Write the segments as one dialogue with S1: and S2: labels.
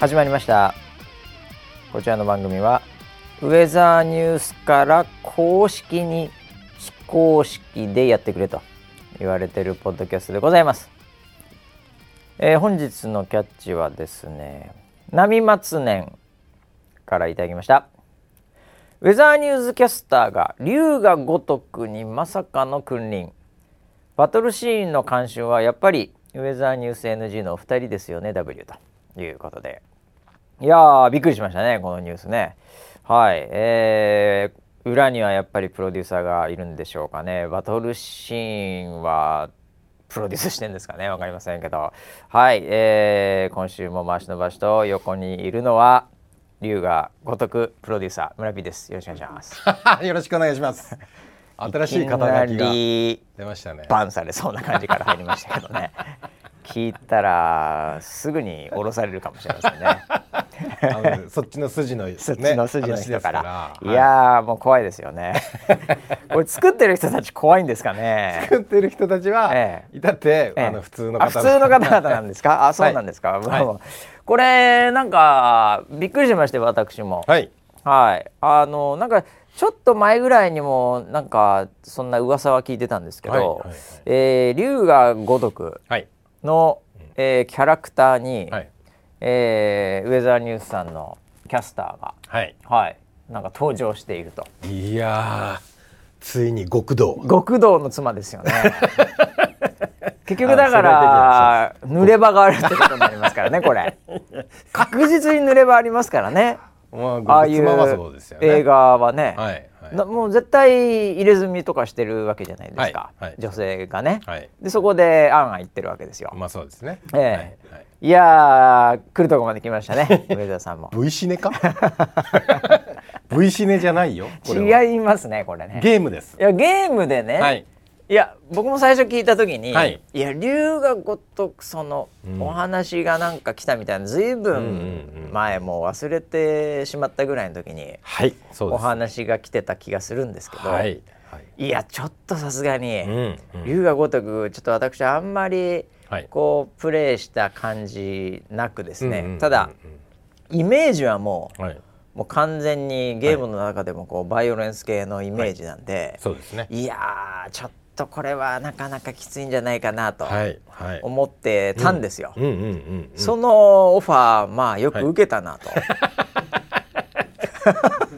S1: 始まりましたこちらの番組はウェザーニュースから公式に非公式でやってくれと言われてるポッドキャストでございます、えー本日のキャッチはですね波松年からいただきましたウェザーニュースキャスターが龍が如くにまさかの君臨バトルシーンの監修はやっぱりウェザーニュース NG のお二人ですよね W ということでいやーびっくりしましたねこのニュースねはいえー、裏にはやっぱりプロデューサーがいるんでしょうかねバトルシーンはプロデュースしてんですかねわかりませんけどはい、えー、今週も回しのばしと横にいるのは龍が如くプロデューサー村 P ですよろしくお願いします
S2: よろしくお願いします。新しい肩書きが
S1: いきなり
S2: 出ましたね。
S1: バンされそうな感じから入りましたけどね聞いたらすぐに降ろされるかもしれませんね
S2: あのそっちの筋の、ね、
S1: そっちの筋の
S2: 話で
S1: 人
S2: す
S1: から,、い、
S2: は
S1: やーもう怖いですよ ねこれ作ってる人たち怖いんですかね
S2: い作ってる人たちは、
S1: え
S2: いたって、
S1: ええ
S2: あの普通の
S1: あ
S2: 方
S1: 普通の方々なんです かあそうなんですか、
S2: はい
S1: もうこれなんかびっくりしまして私も
S2: はい。
S1: はい、あのなんかちょっと前ぐらいにもなんかそんな噂は聞いてたんですけど、
S2: はいはいはい
S1: えー龍が如く
S2: はい。
S1: の、えーキャラクターに、
S2: はい。
S1: えーウェザーニュースさんのキャスターが、
S2: はい。
S1: はい、なんか登場していると
S2: いやー、ついに極道。
S1: 極道の妻ですよ ね結局だか
S2: あ
S1: ら濡れ場があるってことになりますからねこ れ確実に濡れ場ありますからね
S2: まあ、
S1: ああ
S2: 極
S1: いう
S2: 妻はそうですよね。
S1: 映。画はね、
S2: はい。はい。
S1: なもう絶対入れ墨とかしてるわけじゃないですか、
S2: はいはい
S1: 女性がね、
S2: はい
S1: でそこであんあん言ってるわけですよ、
S2: まあ、そうですね。
S1: ええ
S2: はいはい
S1: いやー来るとこまで来ましたね上田さんも
S2: V シネか V シネじゃないよ これは
S1: 違いますねこれね
S2: ゲームです
S1: いやゲームでね、、
S2: はいい
S1: や僕も最初聞いた時に、
S2: はいい、
S1: や龍が如くその、
S2: うん
S1: お話がなんか来たみたいな随
S2: うんうんう
S1: 分
S2: ん
S1: 前もう忘れてしまったぐらいの時に
S2: はいそう
S1: お
S2: です
S1: 話が来てた気がするんですけど、
S2: はいはい
S1: いやちょっとさすがに、
S2: うんうん
S1: 龍が如くちょっと私あんまり
S2: はい
S1: こうプレイした感じなくですね、
S2: うんうんうんうん
S1: ただイメージはもう
S2: はい
S1: もう完全にゲームの中でもこうバイオレンス系のイメージなんで、
S2: そうですね
S1: い、やーちょっとこれはなかなかきついんじゃないかなと
S2: はいはい
S1: 思ってたんですよ。
S2: うんうんうん
S1: そのオファーまあよく受けたなと、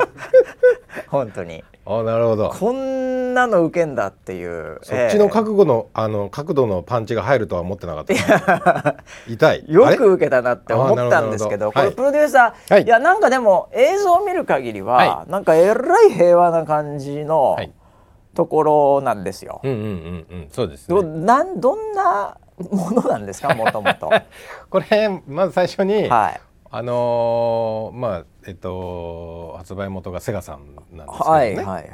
S1: 本当に
S2: うんあなるほど
S1: こんなの受けんだっていう
S2: そっちの
S1: ええ
S2: 覚悟の、あの角度のパンチが入るとは思ってなかった痛いあ
S1: よ
S2: れ
S1: く受けたなって思ったんですけど
S2: あー
S1: こ
S2: な
S1: れ
S2: る
S1: プ
S2: ほ
S1: ロデューサー、
S2: はい
S1: い、やなんかでも映像を見る限りは、
S2: は
S1: なんかえらい平和な感じの
S2: はい
S1: ところなんですよ。
S2: うんうんうんうんそうです
S1: ど
S2: ね
S1: なんどんなものなんですかもとも と。
S2: これまず最初に、
S1: はい
S2: あのーまあえっと発売元がセガさんなんですけどね、
S1: はいはいはい。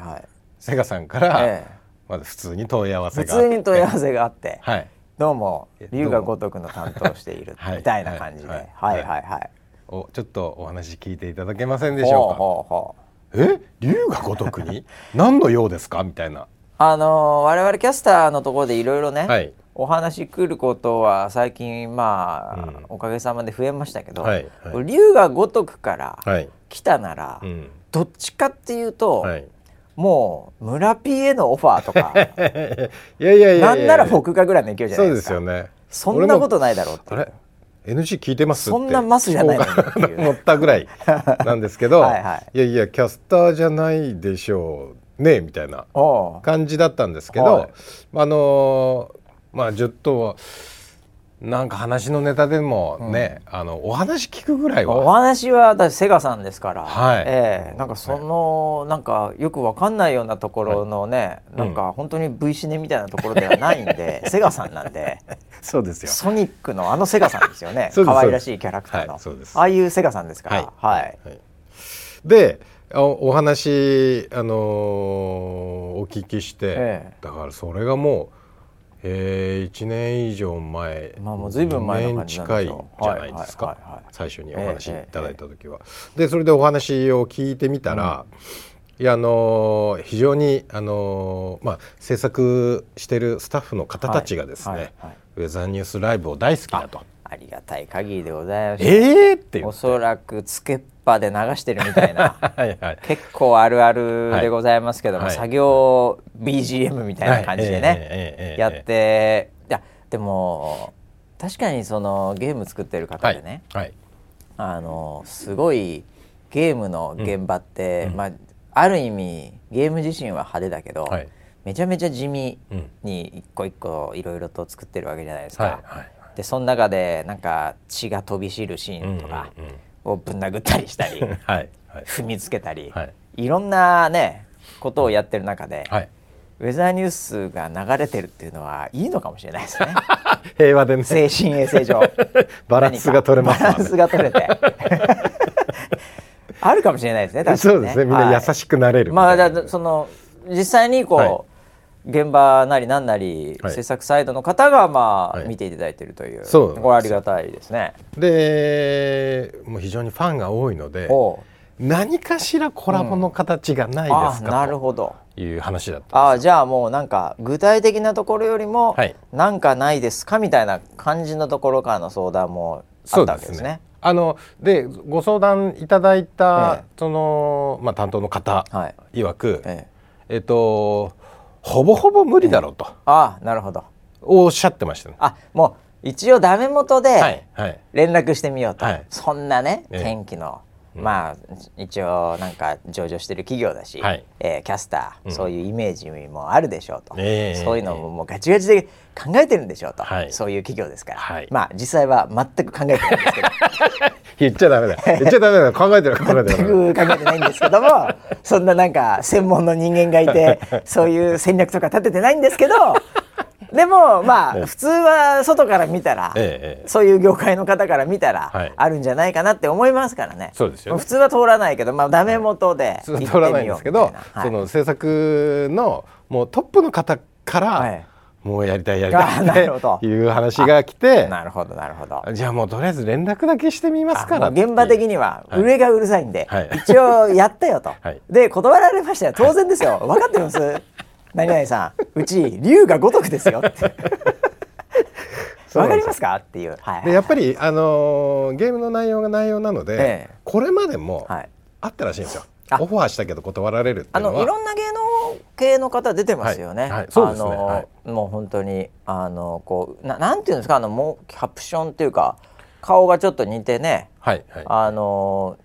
S2: セガさんから、
S1: ええ
S2: まず普通に問い合わせ
S1: 普
S2: があって
S1: 通に問い合わせがあって、
S2: はい
S1: どうも
S2: え
S1: 龍が如くの担当している
S2: はい
S1: みたいな感じで、はは
S2: はいい、はいい
S1: はいはい。
S2: おちょっとお話聞いていただけませんでし
S1: ほう
S2: ょ
S1: ほうほう。
S2: うかえ龍が如くに何の用ですかみたいな
S1: あのー我々キャスターのところでいろいろね、
S2: はい
S1: お話来ることは最近まあ、
S2: うん
S1: おかげさまで増えましたけど、
S2: はいはい
S1: これ龍が如くから
S2: はい
S1: 来たなら、
S2: うん
S1: どっちかっていうと、
S2: はい
S1: もう村 P へのオファーとか
S2: いやいやいやいや
S1: なんなら僕がぐらいの勢いじゃな
S2: そ
S1: いうで
S2: ですす
S1: か
S2: よね
S1: そんなことないだろうって
S2: あれ NG 聞いてます
S1: そんなマスじゃないのにっていう
S2: 乗ったぐ らいなんですけど
S1: はいはい
S2: やいやキャスターじゃないでしょうねみたいな
S1: おう
S2: 感じだったんですけど、
S1: はい
S2: あのーまあちょっとなんか話のネタでもね、あのお話聞くぐらい
S1: お
S2: は
S1: 話は私セガさんですから、
S2: はい
S1: ええなんかその、なんかよくわかんないようなところのね、なんか本当に V シネみたいなところではないん でセガさんなんで
S2: そうです
S1: ソニックのあのセガさんですよね
S2: そうです
S1: 可愛らしいキャラクターの、
S2: はいそうです
S1: ああいうセガさんですからはい、
S2: はい、でおお話、あのーお聞きして、
S1: ええ
S2: だからそれがもう、えー、1年以上前
S1: まあもう随分前の感じなんでし
S2: 二
S1: ょう
S2: 年近いじゃないですか、
S1: はいはいはいはい
S2: 最初にお話いただいた時は。でそれでお話を聞いてみたら、いやあのー非常に、あのーまあ、制作してるスタッフの方たちがですね、
S1: はいはいはい
S2: ウェザーニュースライブを大好きだと。
S1: ありがたい限りでございます
S2: えーって言
S1: お
S2: って
S1: そらくつけっぱで流してるみたい な
S2: はいはい
S1: 結構あるあるでございますけども、
S2: はい
S1: 作業 BGM みたいな感じでね、
S2: はいええええええ
S1: やっていやでも確かにそのゲーム作ってる方でね、
S2: はい
S1: あのすごいゲームの現場って、まあ、ある意味ゲーム自身は派手だけど、
S2: はい
S1: めちゃめちゃ地味
S2: うん
S1: に一個一個いろいろと作ってるわけじゃないですか。
S2: はいはい
S1: でその中でなんか血が飛び散るシーンとか
S2: うんうんうん
S1: をぶん殴ったりしたり、
S2: はいはい
S1: 踏みつけたり、
S2: はい
S1: い、ろんなねことをやってる中で、
S2: はい
S1: ウェザーニュースが流れてるっていうのはいいのかもしれないですね
S2: 平和でね
S1: 精神衛生上
S2: バランスが取れます
S1: 何か
S2: わ
S1: バランスが取れて あるかもしれないですね確か
S2: そ
S1: に
S2: うですねみんな優しくなれるみ
S1: ま
S2: た
S1: あ
S2: いな
S1: だその実際にこう、
S2: はい
S1: 現場なりなんなり、
S2: はい
S1: 制作サイドの方がまあ、
S2: はい
S1: 見ていただいてるという
S2: そうなんですよ
S1: これはありがたいですね。
S2: でもう非常にファンが多いので
S1: おう
S2: 何かしらコラボの形がないで
S1: あ
S2: す
S1: な
S2: か
S1: るほど。
S2: という話だった
S1: ああじゃあもうなんか具体的なところよりも、
S2: はい
S1: なんかないですかみたいな感じのところからの相談もあったわけですね。
S2: あのでご相談いただい
S1: え
S2: た
S1: え
S2: そのまあ担当の方
S1: はい。
S2: 曰く
S1: ええ、
S2: えっとほぼほぼ無理だろうと
S1: ああなるほど。
S2: おっしゃってましたね。
S1: あもう一応ダメ元
S2: は
S1: で
S2: いはい
S1: 連絡してみようと、
S2: はい
S1: そんなね
S2: ええ
S1: 天気の、まあ一応なんか上場してる企業だし、
S2: はい
S1: えーキャスター、
S2: うん
S1: そういうイメージもあるでしょうと、
S2: ええ
S1: そういうのももうガチガチで考えてるんでしょうと、
S2: はい
S1: そういう企業ですから、
S2: はい
S1: まあ実際は全く考えてないんですけど。
S2: 言っちゃダメだ言っちゃダメだ考えてる考えてる
S1: 全く考えてないんですけど もそんななんか専門の人間がいてそういう戦略とか立ててないんですけどでもま
S2: ええ
S1: あ普通は外から見たら、
S2: ええええ
S1: そういう業界の方から見たら、
S2: はい
S1: あるんじゃないかなって思いますからね
S2: そうですよね
S1: 普通は通らないけど、まあ、ダメ元で行ってみよう
S2: 通らないんですけど
S1: みたいな
S2: その制作のもうトップの方か
S1: は
S2: ら
S1: い
S2: もうやりたいやり
S1: あな
S2: たい
S1: るほど
S2: っていう話が来て
S1: なるほどなるほど。
S2: じゃあもうとりあえず連絡だけしてみますから
S1: あもう現場
S2: に
S1: 的には
S2: いう
S1: 上がうるさいんで、
S2: はい
S1: 一応やったよと、
S2: はい
S1: で断られましたよ当然ですよ分かってます何々さんうち龍が如くですよ って
S2: そ
S1: 分
S2: うな
S1: か
S2: んで
S1: り
S2: す
S1: ますかっていう、はい
S2: でやっぱりあのーゲームの内容が内容なので、
S1: ええ
S2: これまでも
S1: はい
S2: あったらしいんですよ、
S1: あ
S2: オファーしたけど断られるって
S1: あ
S2: いうのは
S1: のいろんな芸能系の方出てますよね。
S2: はいはいそうですね
S1: あの、
S2: はい
S1: もう本当にあのこうななんていうんですかあのもうキャプションっていうか顔がちょっと似てね
S2: はいはい
S1: あの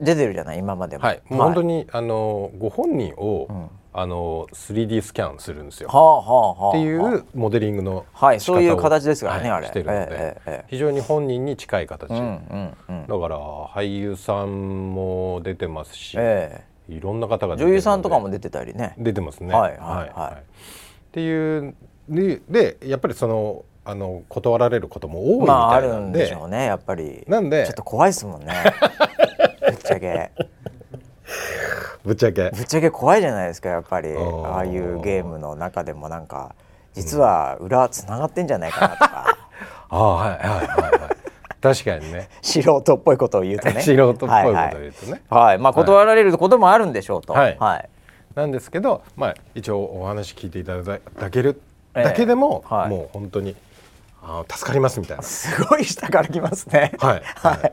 S1: 出てるじゃない今までも。
S2: はい、もう本当
S1: に。
S2: に、あのーご本人を、
S1: ん
S2: あのー 3D スキャンするんですよ
S1: はあはあはあ。
S2: っていうモデリングの
S1: はい
S2: 仕方を
S1: そういう形ですからね
S2: はい
S1: あれ
S2: してるので、
S1: ええええ
S2: 非常に本人に近い形、
S1: うんう
S2: だか
S1: んうん。
S2: ら俳優さんも出てますし、
S1: ええ
S2: いろんな方が出て
S1: 女
S2: るので
S1: 優さんとかも出てたりね。
S2: 出てますね。
S1: はいはいはい
S2: っていうででやっぱりそのあの断られることも多いみ
S1: まああ
S2: たい
S1: る
S2: なん
S1: ん
S2: で,、
S1: でしょうねやっぱり。
S2: なんで
S1: ちょっと怖いですもん ね。ぶっちゃけ
S2: ぶっちゃけ
S1: ぶっちゃけ怖いじゃないですかやっぱり
S2: ー
S1: ああいうゲームの中でもなんか実は裏つながってんじゃないかなとか
S2: ああはいはいはい、はい、確かにね
S1: 素人っぽいことを言う とね。
S2: 素人っぽいことを言うとね
S1: はいはいはいまあ断られることもあるんでしょうと。
S2: はい
S1: はい
S2: なんですけど、まあ、一応お話聞いていただける
S1: ええ
S2: だけでも、
S1: はい
S2: もう本当にあー助かりますみたいな。
S1: すごい下から来ますね。
S2: はいはいはい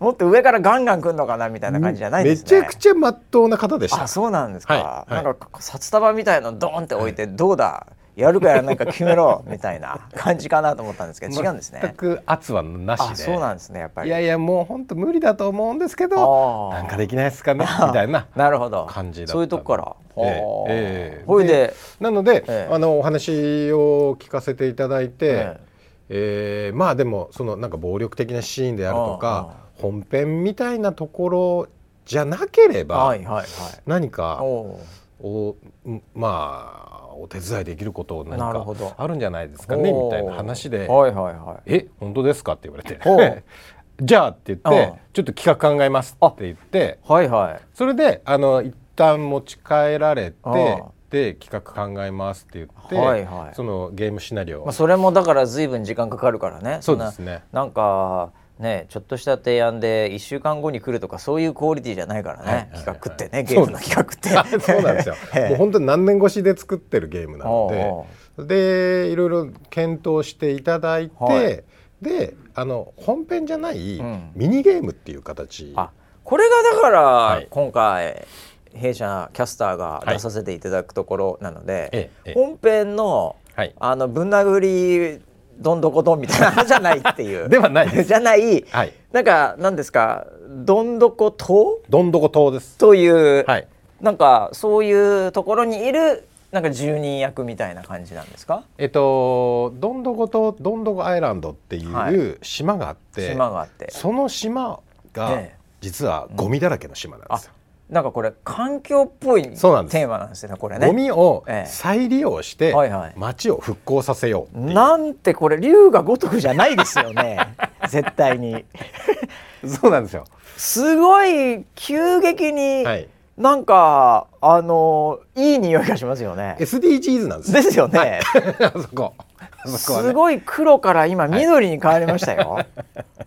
S1: もっと上からガンガン来るのかなみたいな感じじゃないですね。
S2: めちゃくちゃ真っ当な方でした
S1: あそうなんですか、
S2: はいはい
S1: なんか札束みたいのドーンって置いて、どうだやるかやらないか決めろみたいな 感じかなと思ったんですけど違うんです
S2: 全
S1: ね
S2: く圧はなしで
S1: あそうなんですねやっぱり
S2: いやいやもう本当無理だと思うんですけ
S1: あ
S2: ど
S1: ー
S2: なんかできないですかねみたいな
S1: なるほど
S2: 感じだった
S1: そういうとこから、
S2: ええ
S1: ほ
S2: ええ
S1: ほいで
S2: なので、
S1: ええ
S2: あのお話を聞かせていただいて、
S1: え
S2: えーまあでもそのなんか暴力的なシーンであるとか本編みたいなところじゃなければ、
S1: はいはいはい
S2: 何か
S1: おー
S2: おんまあお手伝いできること何
S1: なる
S2: か
S1: ほど
S2: あるんじゃないですかね
S1: おー
S2: みたいな話で
S1: はいはいは
S2: 「
S1: い
S2: え本当ですか?」って言われ
S1: おう
S2: て「 じゃあ」って言って
S1: うん
S2: 「ちょっと企画考えます」って言って
S1: はいはい
S2: それであの一旦持ち帰られて
S1: あ
S2: で企画考えますって言って、
S1: はいはい
S2: そのゲームシナリオ、
S1: まあ、それもだから随分時間かかるからね
S2: そうん
S1: な
S2: ですね
S1: なんかねちょっとした提案で1週間後に来るとかそういうクオリティじゃないからね、
S2: はいはいはい
S1: 企画ってねゲームの企画って
S2: そうなんですよ
S1: 、ええ
S2: もう本当に何年越しで作ってるゲームな
S1: おうお
S2: のででいろいろ検討していただいて、
S1: はい
S2: であの本編じゃない
S1: うん
S2: ミニゲームっていう形、
S1: あこれがだから、
S2: い
S1: 今回弊社キャスターが
S2: はい
S1: 出させていただくところなので、
S2: ええええ
S1: 本編の
S2: はい
S1: あのぶん殴りどんどこどんみたいなのじゃないっていう
S2: ではないです
S1: じゃない、
S2: はい
S1: なんか何ですかどんどこ島
S2: どんどこ島です
S1: という、
S2: はい
S1: なんかそういうところにいるなんか住人役みたいな感じなんですか
S2: えっとどんどことどんどこアイランドってい
S1: は
S2: う島があって、
S1: 島があって
S2: その島が
S1: ええ
S2: 実はゴミだらけの島なんで
S1: あ
S2: すよ、
S1: なんかこれ環境っぽいテ
S2: そうなんです
S1: ーマなんですよねこれね
S2: ゴミを
S1: ええ
S2: 再利用して
S1: はいはい
S2: 町を復興させようっていう
S1: なんてこれ龍が如くじゃないですよね 絶対に
S2: そうなんですよ
S1: すごい急激に、
S2: はい
S1: なんかあのいい匂いがしますよね
S2: SDGs なんですよ
S1: ですよ ね、
S2: あそこあそこはね
S1: すごい黒から今緑に変わりましたよ、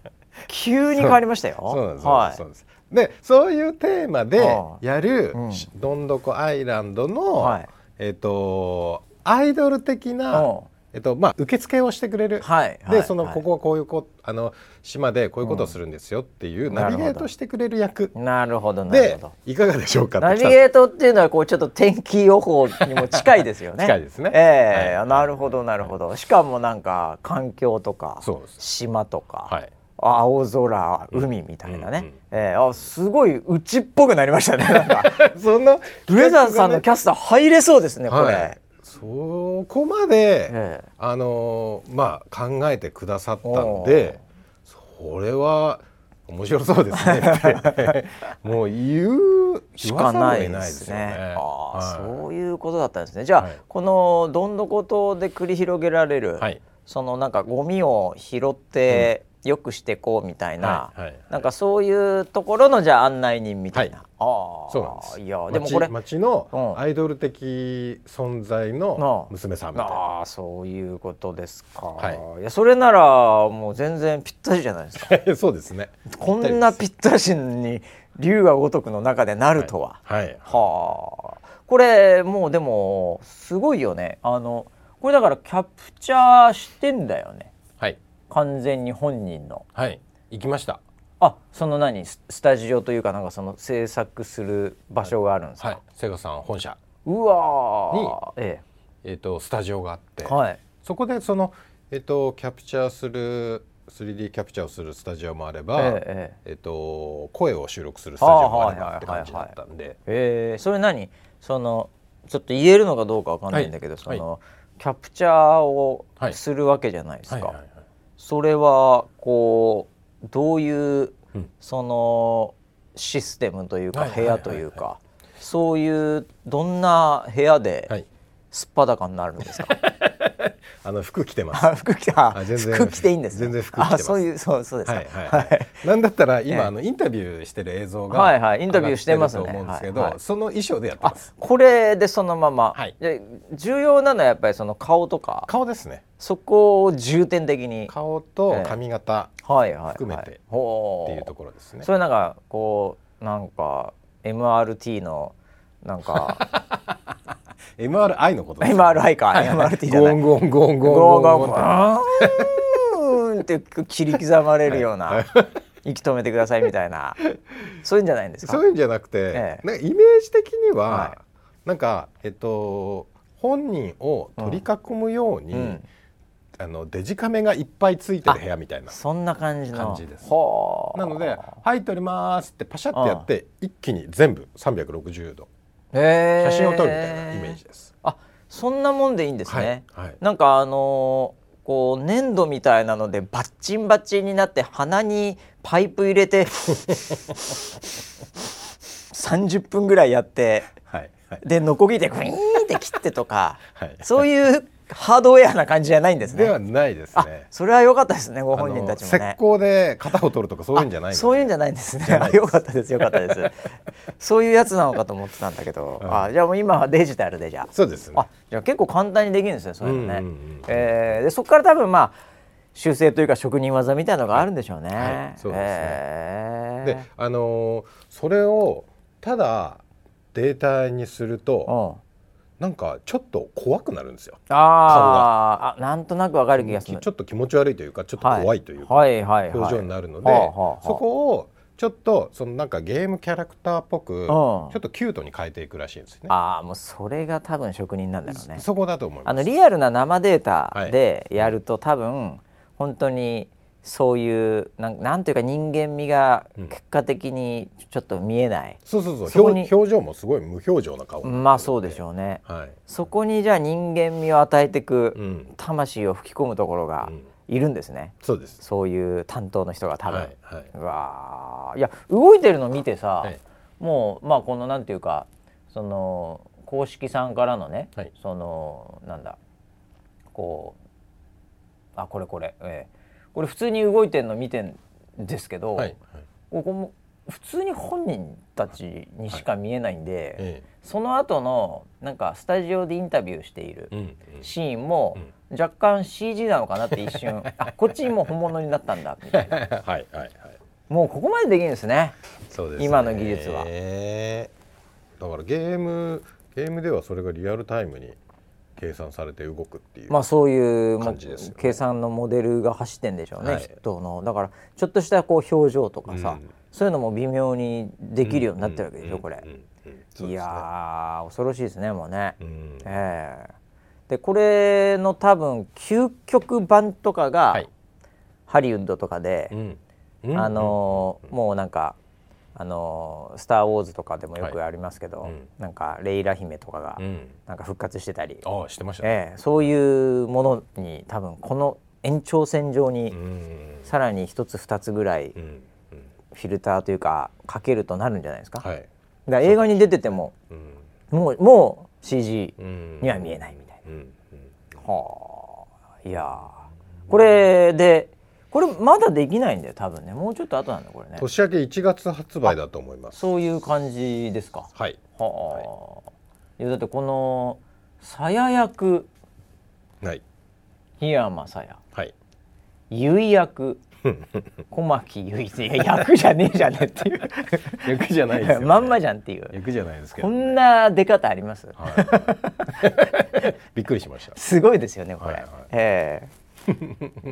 S1: 急に変わりましたよ
S2: そうなんです、
S1: は
S2: そうなんですでそういうテーマで
S1: ああ
S2: やる、
S1: うん
S2: どんどこアイランドの、
S1: はい
S2: えっ、とアイドル的な、
S1: うん
S2: えっとまあ、受付をしてくれる、
S1: はいはい
S2: でその、
S1: はい
S2: ここはこういうこあの島でこういうことをするんですよっていう、
S1: ん
S2: ナビゲ
S1: なるほ
S2: ー
S1: ど
S2: トしてくれる役
S1: いなるほどなる
S2: で
S1: ほど
S2: いかがでしょうか
S1: ナ
S2: って
S1: ビゲートっていうのはこうちょっと天気予報にも近いですよね。
S2: 近いですね
S1: ええ
S2: はい
S1: なるほどなるほど。しかもなんか環境とか
S2: そうです
S1: 島とか、
S2: はい
S1: 青空海みたいなね。
S2: うんうん
S1: ええあすごいうちっぽくなりましたね。なん か
S2: その
S1: 上澤さんの
S2: 企
S1: キャスター入れそうですね
S2: 画
S1: こ
S2: が
S1: れ。
S2: ねはい、そこまで、
S1: ええ
S2: あのーまあ考えてくださったんでそれは面白そうですねって もう言う
S1: しかない
S2: 言
S1: で
S2: わざるを得
S1: すね。
S2: よ
S1: ああ、
S2: は
S1: そういうことだったんですね。じゃあ、
S2: はい
S1: このどんどこ島で繰り広げられる、
S2: はい
S1: そのなんかゴミを拾って良くしてこうみたいな、
S2: はいはいはい
S1: なんかそういうところのじゃあ案内人みたいな。
S2: はい
S1: ああ、
S2: そうなんです
S1: いや
S2: い
S1: でもこれ
S2: 町、町の
S1: うん
S2: アイドル的存在
S1: な
S2: の
S1: あ
S2: 娘さんみたいな
S1: ああそういうことですか。、
S2: はい
S1: やそれならもう全然ぴったりじゃないですか。
S2: そうですね
S1: こんなぴったしに龍が如くの中でなるとは。
S2: はい
S1: はあこれもうでもすごいよねあのこれだからキャプチャーしてんだよね
S2: はい
S1: 完全に本人の
S2: はい行きました
S1: あその何ススタジオというかなんかその制作する場所があるんですか、
S2: はいセガさん本社
S1: うわーえ
S2: えっとスタジオがあって
S1: えはい
S2: そこでそのえっとキャプチャーする 3D キャプチャーをするスタジオもあれ
S1: え
S2: ば、
S1: えええ
S2: えっと、声を収録するスタジオもあればって感じだったんで、
S1: えーそれ何そのちょっと言えるのかどうかわかんないんだけど、
S2: はい
S1: その、キャプチャーを
S2: はい
S1: するわけじゃないですか、
S2: はいはいはい
S1: それはこうどういう、
S2: うん
S1: そのシステムというか
S2: はいは
S1: 部
S2: いはいはい
S1: 屋というかそういうどんな部屋
S2: は
S1: で
S2: い
S1: すっぱだかになるんです か、
S2: あの服着てます。
S1: あ服着てあ
S2: あ全然
S1: 服着ていいんですね
S2: 全然服着てます
S1: あそういうそうそうです
S2: は
S1: か、
S2: い はいはい、なんだったら今、
S1: ええ
S2: あのインタビューしてる映像が
S1: はいはいインタビューしてますね
S2: 上がってると思うんですけど、
S1: はいはい
S2: その衣装でやって
S1: あ
S2: ます
S1: これでそのまま、
S2: はい
S1: で重要なのはやっぱりその顔とか
S2: 顔ですね
S1: そこを重点的に
S2: 顔と髪型
S1: はいはいはい
S2: 含めて
S1: ほ
S2: っ
S1: う
S2: ていうところですね、
S1: それなんかこうなんか MRT のなんか
S2: MRI のことです
S1: MRI か MRT じゃない
S2: ゴンゴンゴンゴ
S1: ゴ
S2: ンゴ
S1: ー
S2: ン
S1: ゴ
S2: ゴ
S1: ー
S2: ン
S1: ゴーンって切り刻まれるような息止めてくださいみたいなそういうんじゃないんですか
S2: そういうんじゃなくて、
S1: ええ
S2: なんかイメージ的には、
S1: は
S2: なんかえっと本人を取り囲むように、
S1: うん
S2: あのデジカメがいっぱいついてる部屋みたいな
S1: そんな感じの
S2: 感じです
S1: ほう
S2: なので「はい撮ります」ってパシャってやって一気に全部360度
S1: へー
S2: 写真を撮るみたいなイメージです。
S1: あそんなもんでいいんです
S2: はい
S1: ね、
S2: はい
S1: なんかあのーこう粘土みたいなのでバッチンバッチンになって鼻にパイプ入れ て30分ぐらいやって
S2: はいはい
S1: でノコギリでグイーンって切ってとか、
S2: はい
S1: そういうハードウェアな感じじゃないんですね。
S2: ではないです
S1: あ
S2: ね。
S1: それは良かったですねご本人
S2: あの
S1: たちもね
S2: 石。膏で型を取るとかそういうんじゃない
S1: あ
S2: の
S1: そういうんじゃないんですね
S2: じゃないです
S1: 良かったです良かったですそういうやつなのかと思ってたんだけど、
S2: うん
S1: あじゃあもう今はデジタルでじゃあ
S2: そうですね
S1: あじゃあ結構簡単にできるんですねそういうのね、
S2: うんうんうん
S1: えーでそこから多分まあ修正というか職人技みたいなのがあるんでしょうね、
S2: はいそうですね
S1: えー
S2: であのーそれをただデータにすると
S1: う
S2: なんかちょっと怖くなるんですよ
S1: あーあなんとなくわかる気がす
S2: ち
S1: る
S2: ょっと気持ち悪いというかちょっと怖いというか、
S1: はいはいはい
S2: 表情になるので、
S1: はいはいはい
S2: そこをちょっとそのなんかゲームキャラクターっぽく、ちょっとキュートに変えていくらしいんですよね。
S1: ああもうそれが多分職人なんだろうね
S2: そこだと思います。
S1: あのリアルな生データでやると多分本当にそういうなんなんというか人間味が
S2: うん
S1: 結果的にちょっと見えない、
S2: そうそう
S1: そ
S2: そう
S1: こに
S2: 表表情もすごい無表情な顔。
S1: まあそうでし
S2: ょ
S1: ょうね
S2: う。はい。
S1: そこにじゃあ人間味を与えていく、
S2: うん。
S1: 魂を吹き込むところが
S2: うん
S1: いるんですね、
S2: そうです。
S1: そういう担当の人が多分、
S2: はいはいう
S1: わーいや動いてるの見てさ、
S2: はい
S1: もうまあこのなんていうかその公式さんからのね、
S2: はい
S1: そのなんだこうあこれこれ、ええこれ普通に動いてるの見てんですけど、
S2: はい。はい。
S1: ここも普通に本人たちにしか見えないんで、
S2: え
S1: その後のなんかスタジオでインタビューしている
S2: え。うんうん。
S1: シーンも若干 CG なのかなって一瞬あこっちにも本物になったんだみたいな
S2: はいはいはい。
S1: もうここまでできるんですね
S2: そうですね。
S1: 今の技術は
S2: ええだからゲームゲームではそれがリアルタイムに計算されて動くっていう。
S1: まあそういうもう
S2: 感じですよね
S1: 計算のモデルが走ってんでしょうね、
S2: はい
S1: 人のだからちょっとしたこう表情とかさ、
S2: うん
S1: そういうのも微妙にできるようになってるわけでしょ、これ、
S2: うんうんうんそうですね
S1: いやー恐ろしいですねもうね、
S2: うん
S1: ええでこれの多分究極版とかが、
S2: はい
S1: ハリウッドとかで、
S2: うんうん
S1: あのーもうなんか「あのースター・ウォーズ」とかでもよくありますけど、
S2: はいうん
S1: なんかレイラ姫とかが
S2: うん
S1: なんか復活してたり、
S2: ああしてましたね。
S1: ええそういうものに多分この延長線上に
S2: うん
S1: さらに一つ二つぐらい
S2: うんうん
S1: フィルターというかかけるとなるんじゃないですか,、だか
S2: はい。
S1: ら映画に出てても
S2: うん
S1: もうもう CG
S2: うん
S1: には見えないみたい
S2: うんうん
S1: な、はあいやーこれでこれまだできないんだよ多分ねもうちょっと後なんだこれね
S2: 年明け1月発売だと思います。
S1: そういう感じですか
S2: はい。
S1: はあ、いやだってこのさや役
S2: はい。
S1: 檜山さや
S2: はい。
S1: ゆい 役小牧ゆいいや役じゃねえじゃねえっていう
S2: 役じゃないですよ、ね。
S1: まんまじゃんっていう
S2: 役じゃないですけ
S1: こ
S2: ど。
S1: んな出方あります
S2: びっくりしました。
S1: すごいですよねこれ、
S2: はいはい
S1: ええい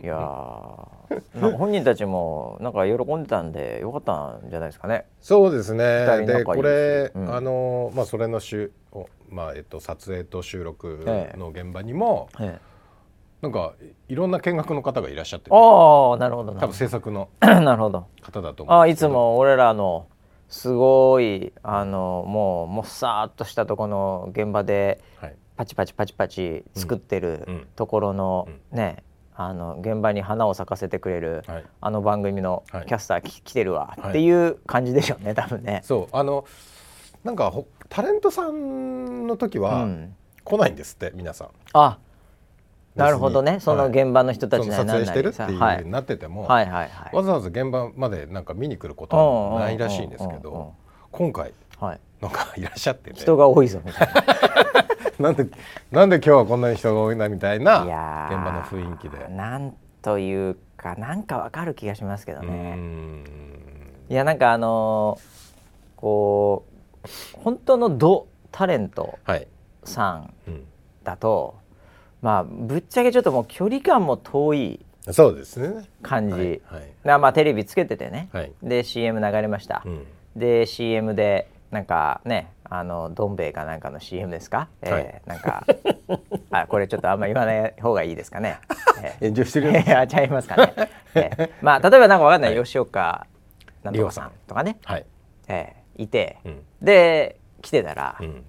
S1: や ーなんか本人たちもなんか喜んでたんでよかったんじゃないですかね
S2: そうです
S1: 二
S2: ね。
S1: 人仲いいです
S2: で、これ、
S1: うん
S2: あの、まあ、それの収、おまあ、えっと、撮影と収録の現場にも。
S1: ええ
S2: なんか、いろんな見学の方がいらっしゃってて。多
S1: ああなるほどなる
S2: 分制作の
S1: ほど なるほど
S2: 方だと思う。
S1: あいつ。も俺らのすごいあのもうもっさーっとしたとこの現場で
S2: はい。
S1: パチパチパチパチ作ってる
S2: うん
S1: ところの、ねあの現場に花を咲かせてくれる、
S2: はい。
S1: あの番組の
S2: はい
S1: キャスターき、来てるわ
S2: はい
S1: っていう感じでしょうね多分ね。
S2: そう、あの。なんか、ほタレントさんの時
S1: う
S2: は、
S1: ん、
S2: 来ないんですって、皆さん。
S1: あなるほどね
S2: 別に
S1: その
S2: はい
S1: 現場の人た
S2: そ
S1: ち
S2: の
S1: なりな
S2: 撮
S1: んな
S2: 影してる
S1: り
S2: って
S1: さ
S2: いう
S1: は
S2: 風
S1: い
S2: になってても、
S1: はいはいはい。
S2: わざわざ現場までなんか見に来ること
S1: うんうんうんうん
S2: はないらしいんですけど今回
S1: はい、
S2: なんかいらっしゃってね
S1: 人が多いぞみたい な。
S2: なんでなんで今日はこんなに人が多いなみたいない現
S1: やー
S2: 場の雰囲気で
S1: なんというかなんかわかる気がしますけど
S2: うー
S1: ね。
S2: ん
S1: いやなんかあのーこう本当のドタレント
S2: はい、
S1: さん
S2: うん、
S1: だとまあぶっちゃけちょっともう距離感も遠い
S2: そうですね
S1: 感じ、
S2: はいはい
S1: なまあテレビつけててね、
S2: はい
S1: で CM 流れました、
S2: うん
S1: で CM でなんかねあのどん兵衛かなんかの CM ですか、
S2: はい
S1: えーなん かあこれちょっとあんま言わない方がいいですかね、え
S2: 炎上して
S1: ー
S2: る
S1: いやちゃいますかね、えーまあ例えばなんかわかんない、吉岡なんと
S2: りょ
S1: か
S2: う
S1: さ
S2: さ
S1: ん
S2: ん
S1: とかね
S2: はい、
S1: えーいて、
S2: うん
S1: で来てたら
S2: う、ん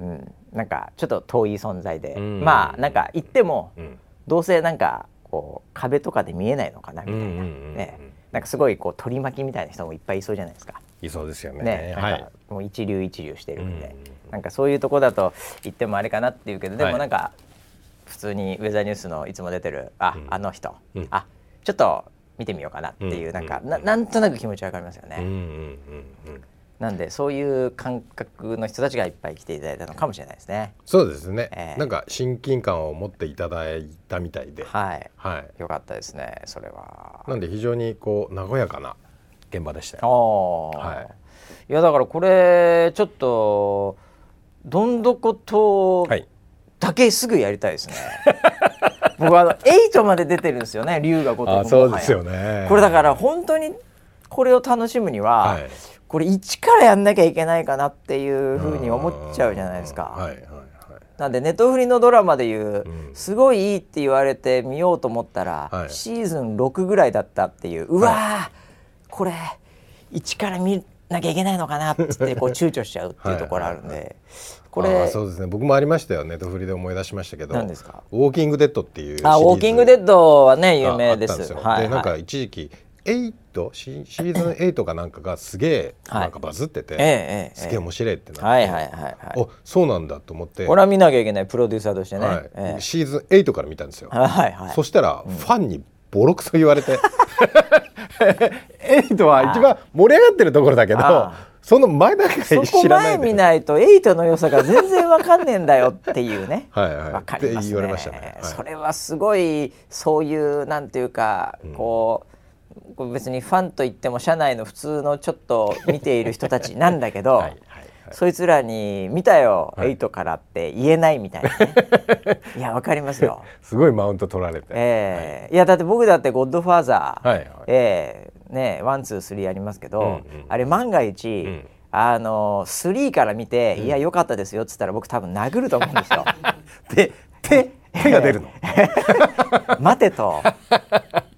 S1: うんなんかちょっと遠い存在で、
S2: うん
S1: まあなんか行っても、
S2: うん
S1: どうせなんかこう壁とかで見えないのかなみ
S2: う
S1: た
S2: ん
S1: いな、
S2: うんうん
S1: ねなんかすごいこう取り巻きみたいな人もいっぱいいそうじゃないですか。
S2: いそうですよね
S1: ね、
S2: は
S1: なん
S2: い
S1: かもう一流一流してるんで、
S2: うん
S1: なんかそういうとこだと言ってもあれかなっていうけどで
S2: は
S1: も
S2: い
S1: なんか、普通にウェザーニュースのいつも出てるあ、
S2: うん
S1: あの人、
S2: うん
S1: あちょっと見てみようかなっていう、
S2: うん
S1: なんか
S2: うん
S1: ななんとなく気持ちわかりますよね。
S2: うんうんうんうん
S1: なんでそういう感覚の人たちがいっぱい来ていただいたのかもしれないですね。
S2: そうですね、
S1: ええ
S2: なんか親近感を持っていただいたみたいで
S1: はい、
S2: はい
S1: よかったですね。それは。
S2: なんで非常にこう和やかな現場でした
S1: あ
S2: よ。
S1: あ、、
S2: はい
S1: やだからこれちょっとどんどこと
S2: はい
S1: だけすぐやりたい ですね。僕はあの8まで出てるんですよね龍が如く
S2: あそうですよね
S1: これだから本当にこれを楽しむには、
S2: はい
S1: これ一からやんなきゃいけないかなっていうふうに思っちゃうじゃないですか。
S2: はいはいはい
S1: なんでネトフリのドラマでいう、
S2: うん
S1: すごいいいって言われて見ようと思ったら、
S2: はい
S1: シーズン6ぐらいだったっていううわー、これ一から見なきゃいけないのかなっつってこう躊躇しちゃうっていうところあるんで、こ
S2: あー
S1: れ
S2: そうですね僕もありましたよネットフリで思い出しましたけど
S1: 何ですか
S2: ウォーキングデッドっていうシリ
S1: あウォーキングデッドはね有名で
S2: ああったん
S1: す。
S2: よ
S1: はい
S2: でなん
S1: は
S2: か
S1: い
S2: 一時期8シシーズン8かなんかがすげえ
S1: はい
S2: なんかバズってて、
S1: ええええ
S2: すげえ面白いってなって、
S1: はいはいはいはい。
S2: おそうなんだと思って、
S1: これは見なきゃいけないプロデューサーとしてね。
S2: はい
S1: ええ
S2: シーズン8から見たんですよ、
S1: はいはい。
S2: そしたらファンにボロクソ言われ て「8は一番盛り上がってるところだけど
S1: あ
S2: その前だけ
S1: そこ
S2: 知らな
S1: 前
S2: い
S1: 見
S2: で」。
S1: ないとエイトの良さが全然わかんねえんだよっていうね
S2: はいはい
S1: わかります、ね、
S2: って言われましたねはい
S1: それはすごいそういうなんていうか、こうこう別にファンといっても社内の普通のちょっと見ている人たちなんだけど。
S2: い はい
S1: そいつらに「見たよ、
S2: はい
S1: エイトから」って言えないみたいなね いやわかりますよ
S2: すごいマウント取られて、
S1: ええい、やだって僕だって「ゴッドファーザー」
S2: はいはい
S1: ええねワンツースリーありますけど、
S2: うんうん
S1: あれ万が一、
S2: ん
S1: あのスリーから見て「いや良かったですよ」っつったら僕多分殴ると思うん ですよ。で
S2: 手手が出 るの
S1: 待てと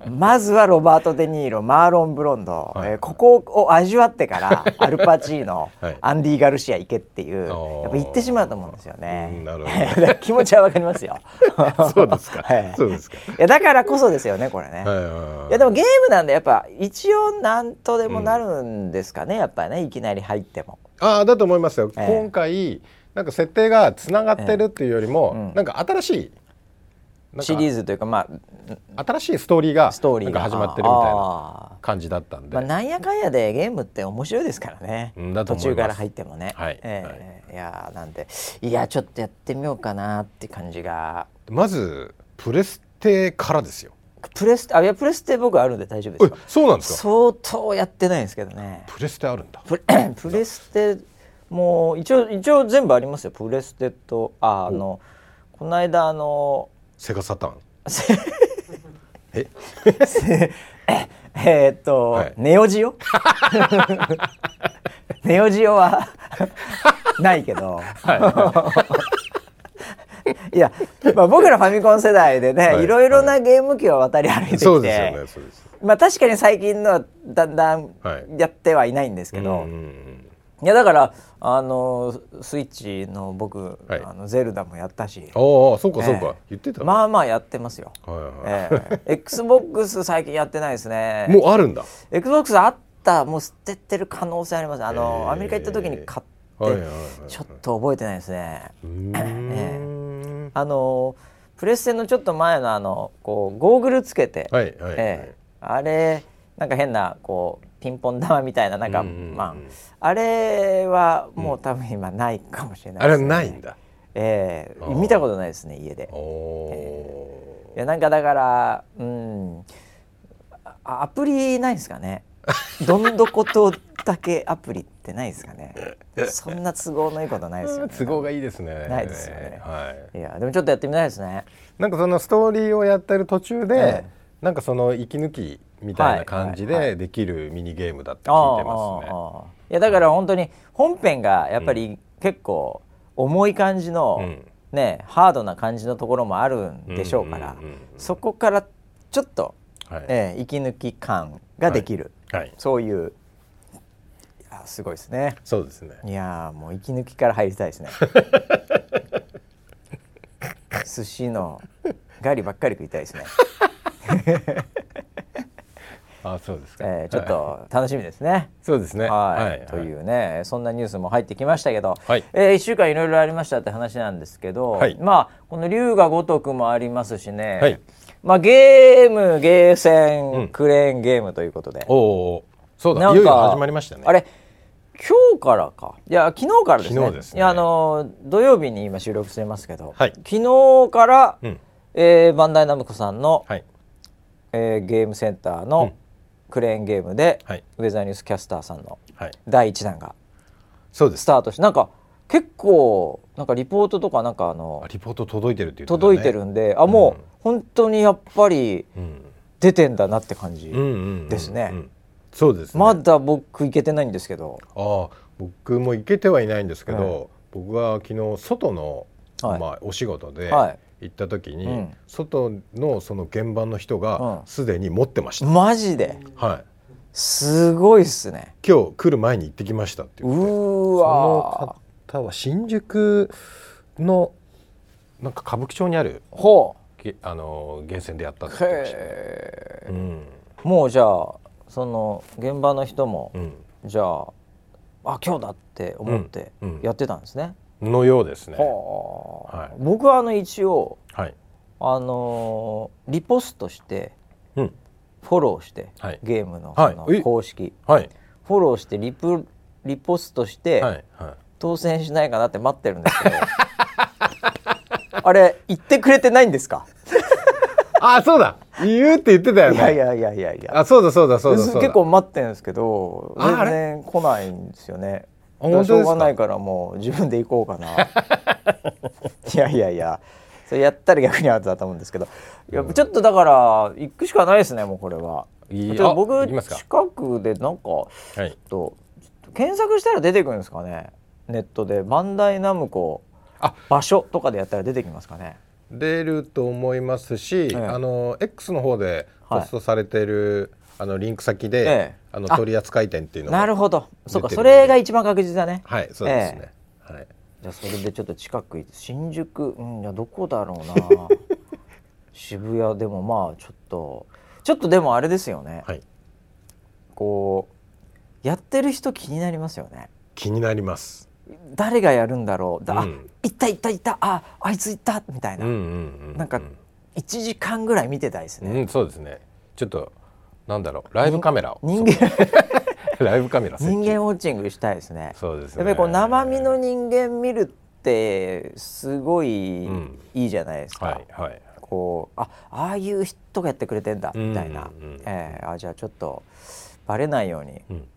S1: まずはロバート・デ・ニーロマーロン・ブロンド、
S2: はい
S1: えーここを味わってから アルパチーノ、
S2: はい
S1: アンディ・ガルシア行けっていうや
S2: おー
S1: っぱ行ってしまうと思うんですよね。
S2: うんなるほど
S1: だ から気持ちはわかりますよ。
S2: そうですか、
S1: はい
S2: そうですか
S1: いやだからこそですよねこれね。
S2: はいはいはい
S1: いやでもゲームなんでやっぱ一応なんとでもなるんですかね、やっぱねいきなり入っても。
S2: ああだと思いますよ、
S1: ええ
S2: 今回なんか設定がつながってるっていうよりも、
S1: うん
S2: なんか新しいなんか
S1: シリーズというかまあ
S2: 新しいストーリーが
S1: ストーリーが
S2: なんか始まってるみたいな
S1: な。
S2: 感じだったんで、
S1: まあ、なんやかんやでゲームって面白いですからね、
S2: うんだと
S1: 途
S2: 思います
S1: 中から入ってもね、
S2: はい
S1: ええい、やーなんでいやちょっとやってみようかなって感じが
S2: まずプレステからですよ
S1: プレステあいやプレステ僕あるんで大丈夫で
S2: え
S1: すか
S2: そうなんですか
S1: 相当やってないんですけどね
S2: プレステあるんだ
S1: プレ プレステもう一応一応全部ありますよプレステとああのこの間あの
S2: セガサターン
S1: せ
S2: え
S1: せえーっと、
S2: はい
S1: ネオジオ ネオジオは ないけど、 い、や、まあ、僕らファミコン世代でね、
S2: はい
S1: い、ろいろなゲーム機を渡り歩いてきて
S2: そうですよねそうです
S1: まあ、確かに最近のはだんだん
S2: はい
S1: やってはいないんですけ
S2: うん
S1: ど、
S2: うんうん
S1: いやだからあのスイッチの僕、
S2: はい
S1: あのゼルダもやったし
S2: ああそうかそう
S1: え
S2: か
S1: え、
S2: 言ってた、
S1: まあまあやってますよ。
S2: はいはい
S1: え え XBOX 最近やってないですね
S2: もうあるんだ
S1: XBOX あったもう捨ててる可能性ありますあの、
S2: えー
S1: アメリカ行った時に買って、
S2: はいはいはいはい
S1: ちょっと覚えてないですね
S2: うーん
S1: あのプレステのちょっと前のあのこうゴーグルつけて、
S2: はいはいはい、
S1: ええあれなんか変なこうピンポン玉みたいななんか、
S2: うんうんうん
S1: まああれはもう多分今ないかもしれない
S2: あれ
S1: です
S2: は
S1: ね、
S2: ないんだ
S1: ええ
S2: あー
S1: 見たことないですね家で
S2: おおー
S1: いやなんかだからうんあアプリないですか ねどんどことだけアプリってないですかねそんな都合のいいことないですよね
S2: 都合がいいですね。
S1: ないですよね
S2: はい。
S1: いやでもちょっとやってみたいですね
S2: なんかそのストーリーをやってる途中で、
S1: え
S2: なんかその息抜きみたい
S1: は
S2: ない感じ
S1: はい
S2: でできるミニゲームだって聞いてますね。
S1: ああああいやだから本当に本編がやっぱり結構重い感じの、
S2: うん
S1: ねハードな感じのところもあるんでしょうから、
S2: うんうんうんうん
S1: そこからちょっと、
S2: はい。
S1: ええ息抜き感ができる、
S2: はい。
S1: そういういやすごいですね
S2: そうですね。
S1: いやーもう息抜きから入りたいで すね寿司のガリばっかり食いたいですね、
S2: あ、そうですか。
S1: えーちょっ
S2: は
S1: と
S2: い
S1: 楽しみですね
S2: そうですね。
S1: はい、とい
S2: は
S1: うねそんなニュースも入ってきましたけど、
S2: はい
S1: え1週間いろいろありましたって話なんですけど、
S2: はい
S1: まあこの龍が如くもありますしね、
S2: はい
S1: まあ、ゲームゲーセン、
S2: うん
S1: クレーンゲームということで
S2: おお。そうだ。
S1: ないんか
S2: よいよ始まりましたね。
S1: あれ今日からかいや昨日からですね
S2: 昨日ですね
S1: いやあの土曜日に今収録してますけど、
S2: はい
S1: 昨日から、
S2: うん。
S1: えーバンダイナムコさんの、
S2: はい。
S1: えーゲームセンターのクレーンゲームで、
S2: はい
S1: ウェザーニュースキャスターさんの
S2: はい。
S1: 第1弾が
S2: そうで
S1: ス
S2: す。
S1: タートしてなんか結構なんかリポートとかなんかあの
S2: あリポート届いてるって言ってたね
S1: 届いてるんで、あも
S2: うん
S1: う本当にやっぱり
S2: うん
S1: 出てんだなって感じ、
S2: うんうんうんうん
S1: ですね
S2: うんそうですね
S1: まだ僕いけてないんですけど、
S2: ああ僕も行けてはいないんですけど、僕は昨日外の、
S1: はい
S2: まあ、お仕事で
S1: は
S2: 行った時に、
S1: うん
S2: 外のその現場の人が
S1: うん
S2: すでに持ってまし
S1: い
S2: た、
S1: マジで
S2: はい
S1: すごいっすね
S2: 今日来る前に行ってきましたって
S1: う
S2: 言っ
S1: ー
S2: て
S1: わ
S2: その方は新宿のなんか歌舞伎町にある
S1: ーほ
S2: げあの源泉でやったっ
S1: う
S2: て言ってましたね、
S1: へ
S2: うん
S1: ーもうじゃあその現場の人も、
S2: うん、
S1: じゃああ今日だって思って
S2: うんうん
S1: やってたんですね、
S2: のようですね
S1: はあ、
S2: はい
S1: 僕はあの一応
S2: はい、
S1: あのーリポストして
S2: うん、
S1: フォローして、
S2: はい
S1: ゲームの,、
S2: はいえ
S1: 公式
S2: はい
S1: フォローしてリプリポストして、
S2: はいはい
S1: 当選しないかなって待ってるんですけ どあれ言ってくれてないんですか
S2: あそうだ言うって言ってたよ
S1: い
S2: ね
S1: やいやいやいやいや
S2: あそうだそうだそうだそうだ
S1: 結構待ってるんですけど
S2: ああ
S1: 全
S2: れ
S1: 然来ないんですよね
S2: あ本当ですか
S1: しょうがないからもう自分で行こうかな いやいやいやそれやったら逆にアウトだと思うんですけどいやちょっとだから行くしかないですねもうこれはい
S2: い
S1: ちょっと
S2: あ
S1: 僕
S2: 行きますか
S1: 近くでなんか
S2: はい
S1: ちょっと検索したら出てくるんですかねネットでバンダイナムコ
S2: あ
S1: 場所とかでやったら出てきますかね
S2: 出ると思いますし、
S1: え
S2: あの X の方で
S1: はい
S2: ポストされている、あのリンク先で、
S1: ええ
S2: あの
S1: あ
S2: 取り扱い店っていうのが
S1: なるほどそうか
S2: 出て
S1: そ
S2: るんで
S1: れが一番確実だね
S2: はいそうですね、はい
S1: じゃあそれでちょっと近く行って新宿うんいやどこだろうな 渋谷でもまあちょっとちょっとでもあれですよね、
S2: はい
S1: こうやってる人気になりますよね
S2: 気になります
S1: 誰がやるんだろうだ、あ
S2: うん
S1: 行った行った行ったああいつ行ったみたいな、
S2: うんうんうん
S1: なんか1時間ぐらい見てたいです
S2: う
S1: ね、
S2: んそうですねちょっとなんだろうライブカメラを
S1: 人間
S2: ライブカメラ設置
S1: 人間ウォッチングしたいですね
S2: そうですね
S1: やっぱりこう生身の人間見るってすごい
S2: うん
S1: いいじゃないですか、
S2: はいはい
S1: こうあああいう人がやってくれてんだみたいな、
S2: うんうんうん
S1: えーあじゃあちょっとバレないように
S2: うん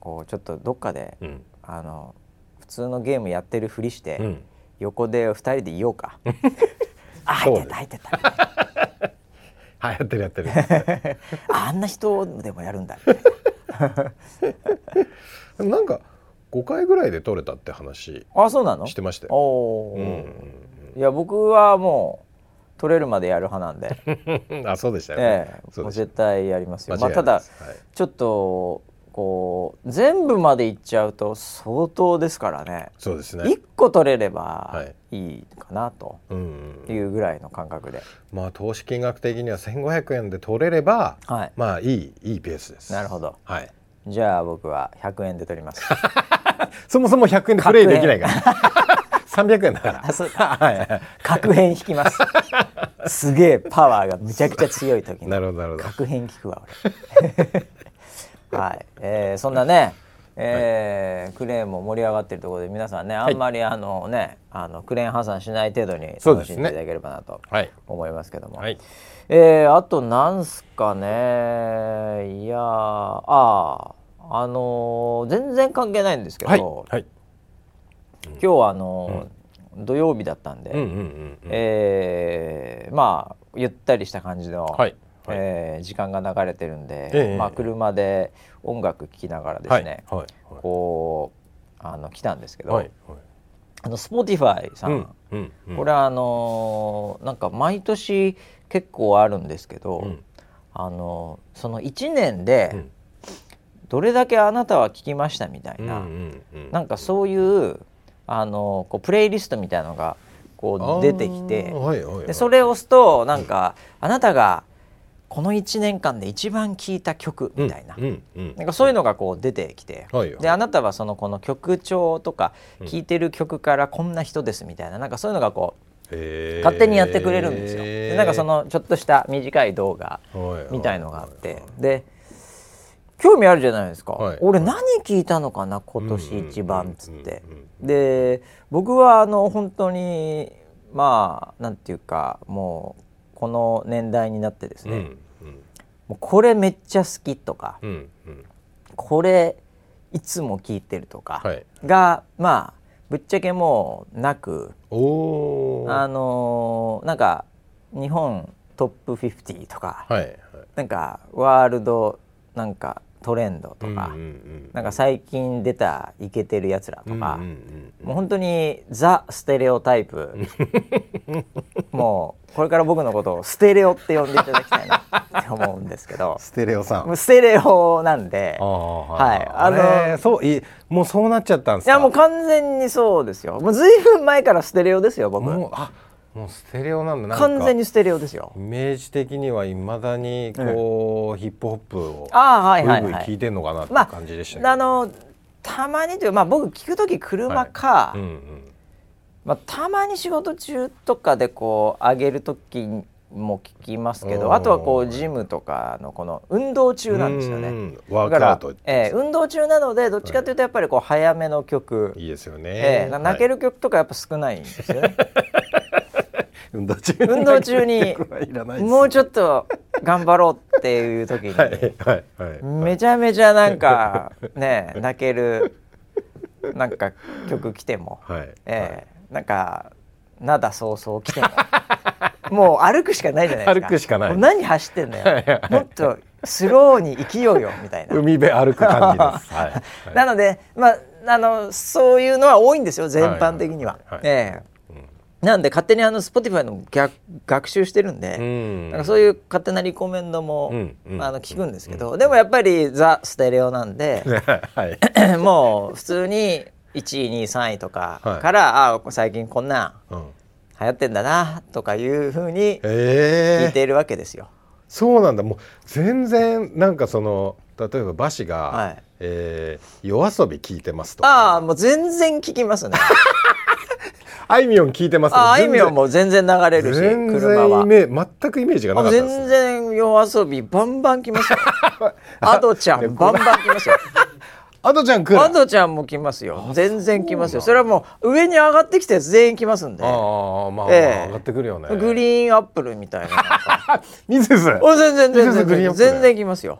S1: こうちょっとどっかで、
S2: うん
S1: あの普通のゲームやってるふりして、
S2: うん
S1: 横で2人でいよう かあ
S2: そう
S1: 入
S2: で
S1: って
S2: す
S1: た入ってた
S2: はいやってるやってる
S1: ああんな人でもやるんだみたいな
S2: でもなんか5回ぐらいで撮れたって話
S1: あそうなの
S2: してましたよ、
S1: おお
S2: う
S1: ー、
S2: ん
S1: いや僕はもう取れるまでやる派なん で、
S2: うん、あそうでしたよね、
S1: ええ
S2: そう
S1: もう
S2: でし
S1: 絶対やります
S2: た
S1: よま
S2: 間
S1: あ
S2: 違い
S1: た
S2: ない
S1: だ
S2: ですはい
S1: ちょっとこう全部までいっちゃうと相当ですからね
S2: そうですね
S1: 1個取れれ
S2: は
S1: ばいいかなと
S2: うんう
S1: い
S2: ん、
S1: うぐらいの感覚で、
S2: まあ投資金額的には1500円で取れれば、
S1: はい
S2: まあいいいいペースです
S1: なるほど
S2: はい
S1: じゃあ僕は100円で取ります
S2: そもそも100円でプレイできないから 300円だから
S1: あそう
S2: はいは
S1: 確変引きます すげえパワーがむちゃくちゃ強い時
S2: い
S1: に
S2: なるほどなるほど
S1: 確変聞くわ俺 はい、えーそんなねえークレーンも盛り上がってるところで皆さんねあんまりあのねあのクレーン破産しない程度に
S2: そう
S1: 楽
S2: です
S1: しん
S2: ね
S1: でいただければなと
S2: はい
S1: 思いますけども、
S2: はい
S1: えーあとなんすかねいやーあーあのー全然関係ないんですけど、
S2: はいはい
S1: 今日はあのー土曜日だったんで、
S2: うんうんうんうん
S1: えーまあゆったりした感じの、
S2: はいはい
S1: えー時間が流れてるんで、
S2: ええ
S1: まあ、車で音楽聴きながらです
S2: はい
S1: ね、
S2: はい
S1: こうあの来たんですけど、
S2: はい
S1: あの Spotify さ
S2: はい
S1: ん、
S2: うんうんうん
S1: これはあのーなんか毎年結構あるんですけど、
S2: うん
S1: あのーその1年で
S2: うん
S1: どれだけあなたは聴きましたみたいな、
S2: うんうんうん
S1: なんかそういうあのーこうプレイリストみたいなのがこう出てきて
S2: あー。はいはいはい
S1: でそれを押すとなんか、あなたがこの1年間で一番聴いた曲みたいな,、
S2: うんうん
S1: なんかそういうのがこう出てきて、
S2: はいはい
S1: であなたはそのこの曲調とか
S2: うん
S1: 聴いてる曲からこんな人ですみたいななんかそういうのがこう
S2: へー
S1: 勝手にやってくれるんですよ。でなんかそのちょっとした短い動画
S2: はいは
S1: みたいのがあってで興味あるじゃないですか、
S2: はい
S1: 俺何聴いたのかな今年一番っつって。
S2: うんうんうんうん
S1: で僕はあの本当にまあなんていうかもうこの年代になってですね、
S2: うん
S1: もうこれめっちゃ好きとか、
S2: うんうんうん
S1: これいつも聴いてるとか
S2: はい
S1: が、まあぶっちゃけもうなく
S2: おお
S1: あ
S2: は
S1: のーなんか日本トップ50とか、
S2: いはい
S1: なんかワールドなんかトレンドとか、
S2: うんうんうん
S1: なんか最近出たイケてるやつらとか、
S2: うんうん
S1: もう本当にザ・ステレオタイ プもうこれから僕のことをステレオって呼んでいただきたいなって思うんですけ ど
S2: ステレオさん
S1: もうステレオなんで
S2: ああ
S1: はい
S2: あの
S1: あの
S2: そういもうそうなっちゃったんです
S1: い
S2: か
S1: やもう完全にそうですよもうずいぶん前からステレオですよ僕
S2: もうあもうステレオなんだなんか
S1: 完全にステレオですよ
S2: イメージ的にはいまだにこう、ヒップホップを
S1: ああはいはい
S2: ぐいぐい
S1: は
S2: 聞
S1: い
S2: いてんのかなって
S1: まあ
S2: 感じでしたけど、
S1: あのたまにというまあ僕聞く時車か、
S2: うんうん
S1: まあ、たまに仕事中とかでこう上げる時も聞きますけ
S2: お
S1: ど
S2: ー
S1: あとはこうジムとかのこの運動中なんですよ
S2: う
S1: ね。
S2: んうんワ
S1: だか
S2: ークアウ
S1: ら
S2: ト、
S1: ええ運動中なのでどっちかというとやっぱりこう早めの曲、
S2: いいですよね、
S1: ええな泣け
S2: る
S1: る曲とかやっぱ少ないんですよね。
S2: 運動中
S1: 運動中 にもうち
S2: ょっ
S1: ょっと頑張ろうっていう時に、
S2: はいはいはい
S1: めちゃめちゃなんかね泣けるなんか曲来ても。
S2: はい
S1: ええなんか灘そうそう来て ももう歩くしかないじゃないですか
S2: 歩くしかない
S1: もう何走ってんだよ、
S2: はいはい
S1: もっとスローに生きようよみたいな、
S2: 海辺歩く感じですはい、はい
S1: なのでまああのそういうのは多いんですよ全般的には、
S2: はいはいはい
S1: ええなんで勝手にあの Spotify の逆学習してるんで、
S2: ん
S1: なんかそういう勝手なリコメンドも、
S2: うんうん
S1: あの聞くんですけど、でもやっぱりザ・ステレオなんで
S2: はい、
S1: もう普通に1位2位3位とかから、ああ最近こんなん
S2: うん、
S1: 流行ってんだなとかいうふうに
S2: ええ
S1: 聞いているわけですよ。
S2: そうなんだもう全然なんかその例えばバシが、
S1: はい
S2: えー夜遊び聞いてます」とか
S1: ああもう全然聞きますね。
S2: 「あいみょん聞いてます」と
S1: あ
S2: か
S1: ああいみょん
S2: も
S1: も全然流れるし
S2: 全然
S1: 車は
S2: イ。メージ全くイメージがなか
S1: あ
S2: ったです、
S1: 全然夜遊びバンバン来ます よ。アドちゃんバンバン来 ますよ。
S2: アドちゃん来る
S1: アドちゃんも来ますよ。全然来ますよ。それはもう上に上がってきて全員来ますんで。
S2: ああまあ、
S1: ええ
S2: 上がってくるよね
S1: グリーンアップルみたいな。
S2: ミセス
S1: お全然全
S2: ミセ
S1: 然
S2: スグリーンア
S1: 全
S2: ップル
S1: 然全来ますよ。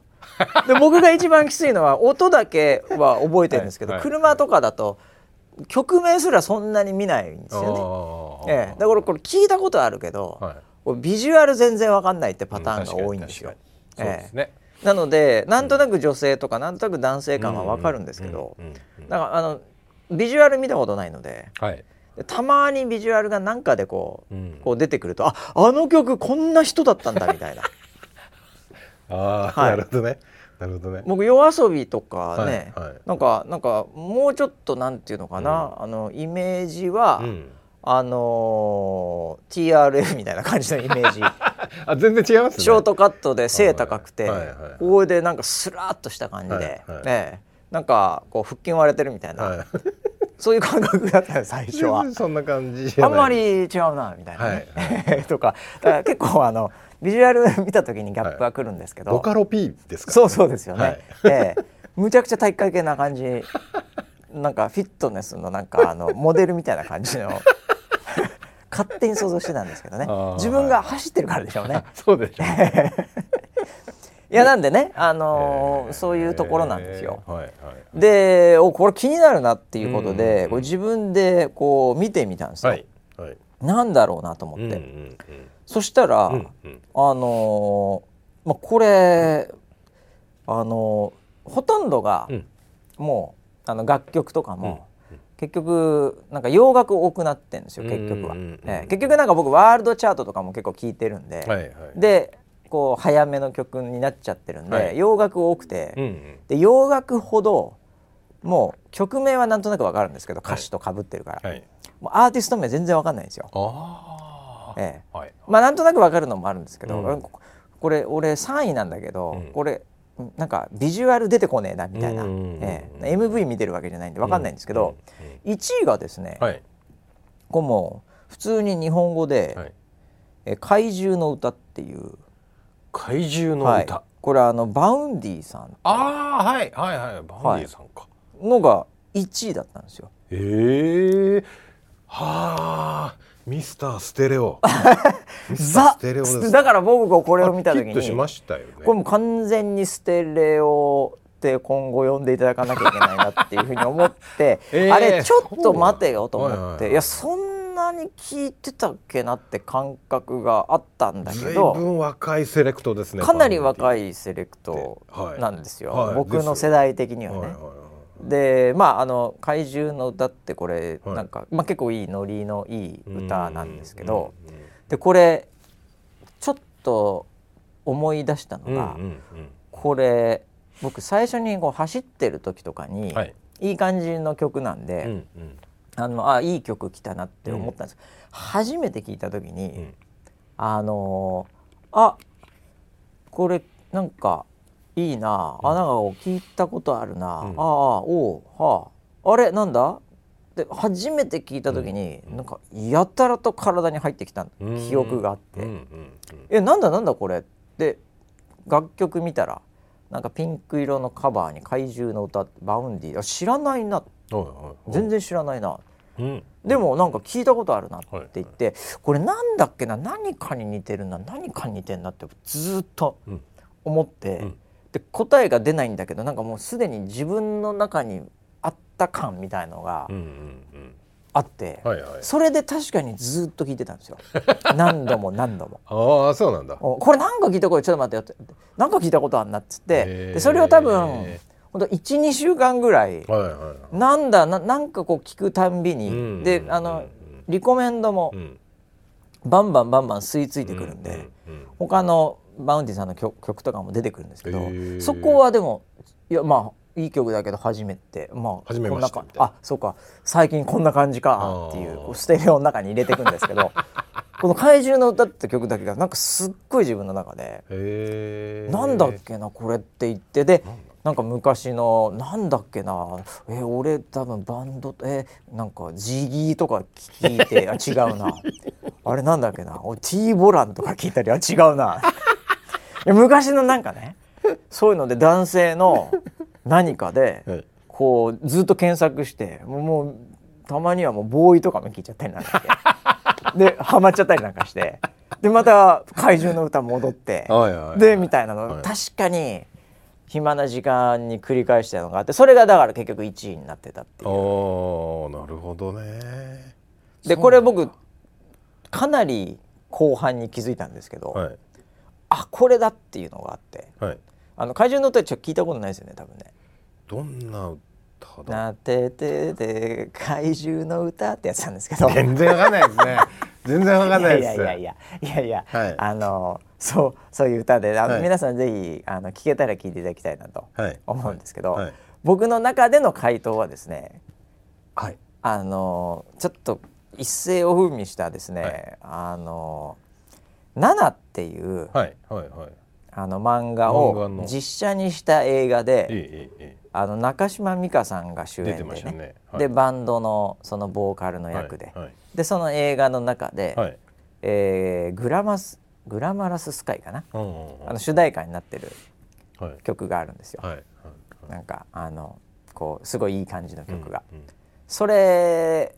S1: で僕が一番きついのは音だけは覚えてるんですけど、
S2: はいはい
S1: 車とかだと曲名すらそんなに見ないんですよ
S2: あ
S1: ね。
S2: あ
S1: ええ、だからこれ聞いたことあるけど、
S2: はい
S1: これビジュアル全然わかんないってパターンが多いんですよ
S2: 確。かにそうですね、
S1: ええなのでなんとなく女性とかなんとなく男性感はわかるんですけど
S2: うんうんうんうん
S1: だからあのビジュアル見たことないので
S2: はい
S1: でたまにビジュアルがなんかでこう,、
S2: うん
S1: こう出てくるとああの曲こんな人だったんだみたいな。
S2: ああ、
S1: はい
S2: なるほどねなるほどね
S1: 僕夜遊びとかね、
S2: はいはい
S1: なんかなんかもうちょっとなんていうのかな、あのイメージは、
S2: うん
S1: あのー TRF みたいな感じの イメージ
S2: あ全然違いますね
S1: ショートカットで背高くて、
S2: はいはいはい
S1: これでなんかスラっとした感じで、
S2: はいはい
S1: ねなんかこう腹筋割れてるみたいな、
S2: はい
S1: そういう感覚だったのよ最初は
S2: 全然。そんな感じじ
S1: あ
S2: ゃ
S1: ん
S2: ない
S1: まり違うなみたいな、ね とかだから結構あのビジュアル見た時にギャップが来るんですけど、
S2: ボカロ P ですか
S1: そうそうですよね。
S2: はい
S1: ええむちゃくちゃ体育会系な感 じ。なんかフィットネスのなんかあのモデルみたいな感じの勝手に想像してたんですけどね
S2: あー。
S1: 自分が走ってるからでしょうね。
S2: そうでしょうね
S1: いやなんでね、あのーそういうところなんですよ。
S2: はいはい
S1: で、おこれ気になるなっていうこと
S2: うんうんう
S1: で、
S2: ん
S1: これ自分でこう見てみたんですよ。
S2: はいはい
S1: なんだろうなと思
S2: うん
S1: っ
S2: うん
S1: て。
S2: うん
S1: そしたら、
S2: うんうん
S1: あのーまあ、これ、あのーほとんどが、
S2: うん
S1: もうあの楽曲とかも、結局なんか洋楽多くなってんですよ
S2: うん
S1: 結局は、
S2: うんうんうん
S1: ええ結局なんか僕ワールドチャートとかも結構聞いてるんで、
S2: はいはい
S1: でこう早めの曲になっちゃってるんで、
S2: はい
S1: 洋楽多くて、
S2: うんうん
S1: で洋楽ほどもう曲名はなんとなくわかるんですけど歌詞とかぶってるから、
S2: はい
S1: もうアーティスト名全然わかんないんですよ。
S2: ああ
S1: ええ
S2: はい
S1: まあなんとなくわかるのもあるんですけど、
S2: うん
S1: ここれ俺3位なんだけど、
S2: うん
S1: これなんかビジュアル出てこねえなみたいな、
S2: うんうんうん
S1: ええ MV 見てるわけじゃないんでわかんないんですけど、
S2: うんうん
S1: 1位がですね、
S2: はい
S1: これもう普通に日本語で「
S2: はい
S1: え怪獣の歌」っていう、
S2: 怪獣の歌、
S1: はい、これあのバウンディさん
S2: ああはいはいはいバンディさんか、
S1: のが1位だったんですよ。
S2: ええはあミスターステ レオミスタ
S1: ザ
S2: ーステレオです
S1: だから僕がこれを見た時
S2: キ
S1: に
S2: ッとしましたよね、
S1: これもう完全にステレオってして今後呼んでいただかなきゃいけないなっていうふうに思って
S2: えー
S1: あれちょっと待てよと思って、
S2: はい
S1: い
S2: はい
S1: やそんなに聞いてたっけなって感覚があったんだけ
S2: ずいぶ
S1: ど
S2: ん若いセレクトですね
S1: かなり
S2: い
S1: 若いセレクト
S2: はい
S1: なんですよ、
S2: はい
S1: 僕の
S2: ですよ
S1: 世代的にはね。
S2: はいはいは
S1: でまああの「怪獣の歌」ってこれ、
S2: はい
S1: なんか、まあ、結構いいノリのいい
S2: い
S1: 歌なんですけど
S2: うんうんうん
S1: でこれちょっと思い出したのが、
S2: うんうん
S1: これ僕最初にこう走ってる時とかに、
S2: はいい、
S1: い感じの曲なん
S2: うんう
S1: で、
S2: んうん
S1: あのあいい曲来たなって思ったんです、初めて聞いた時に、
S2: うん
S1: あのーあこれなんかいいなあ、
S2: うん
S1: なんか聞いたことあるな、
S2: うん
S1: ああおうはああれなんだで初めて聞いた時に、
S2: うん
S1: なんかやたらと体に入ってきた
S2: うん
S1: 記憶があって、
S2: うんうんうん
S1: えなんだなんだこれって楽曲見たらなんかピンク色のカバーに怪獣の歌バウンディあ知らないな
S2: はいはい
S1: 全然知らないな、
S2: うん
S1: でもなんか聞いたことあるなって言って、これなんだっけな何かに似てるな何かに似てるなってずーっと
S2: うん
S1: 思って、
S2: うん
S1: で答えが出ないんだけどなんかもうすでに自分の中にあった感みたいのが
S2: うんうん
S1: あって、
S2: うんはいはい
S1: それで確かにずーっと聞いてたんですよ何度も何度も。
S2: ああそうなんだ
S1: おこれなんか聞いたことちょっと待ってよってなんか聞いたことあんなっつって
S2: へー
S1: でそれを多分ほんと12週間ぐらい
S2: はいはいはい
S1: なんだななんかこう聞くたんび
S2: うんうんうんう
S1: に
S2: ん
S1: であのリコメンドも
S2: うん
S1: バンバンバンバン吸い付いてくるんで
S2: うんうんうん
S1: 他のバウンディさんの曲曲とかも出てくるんですけ
S2: へ
S1: ど
S2: ー
S1: そこはでもいやまあいい曲だけど初めてまあ
S2: 初めまして
S1: こん
S2: み
S1: な
S2: たいな
S1: かあそうか最近こんな感じかってい
S2: あー
S1: うステレオの中に入れてくんですけ どこの「怪獣の歌」って曲だけがなんかすっごい自分の中で。
S2: へえ
S1: なんだっけなこれって言ってでなんか昔のなんだっけなえ俺多分バンドえなんかジギーとか聞い てあ違うなあれなんだっけな俺 T ボランとか聞いたりあ違うないや昔のなんかねそういうので男性の何かで
S2: はい
S1: こうずっと検索してもうもうたまにはもうボーイとかも聞いちゃったりなんかしてでハマっちゃったりなんかしてでまた怪獣の歌戻って。
S2: はいはいはい
S1: でみたいなの、
S2: はい
S1: 確かに暇な時間に繰り返したのがあってそれがだから結局1位になってたってい
S2: あーなるほどね
S1: うでこれ僕かなり後半に気づいたんですけど、
S2: はい
S1: あこれだっていうのがあって
S2: はい
S1: あの怪獣の歌ちょっと聞いたことないですよね多分ね。
S2: どんな歌だ
S1: なててて怪獣の歌ってやつなんですけど。
S2: 全然わかんないです ね全然わかんない
S1: い
S2: で
S1: や
S2: す
S1: いやいやいやいや、
S2: はい
S1: あのそうそういう歌であの、
S2: はい
S1: 皆さんぜひあの聞けたら聞いていただきたいなと
S2: はい
S1: 思うんですけど、
S2: はい
S1: 僕の中での回答はですね
S2: はい
S1: あのちょっと一世を風靡したですね、
S2: はい
S1: あのナナっていう、
S2: はいはいはい
S1: あの漫画
S2: 漫画
S1: を
S2: の
S1: 実写にした映画
S2: いいい
S1: で、
S2: いいい
S1: あの中島美嘉さんが主演
S2: 出
S1: で、
S2: て
S1: ね
S2: ましたねはい
S1: でバンドのそのボーカルの役で、
S2: はい
S1: でその映画の中で、
S2: はいはい
S1: えーグラマスグラマラススカイかな、
S2: うんうんうん
S1: あの主題歌になってる
S2: はい
S1: 曲があるんですよ。
S2: はいはい
S1: なんかあのこうすごいいい感じの曲が、
S2: うんうん
S1: それ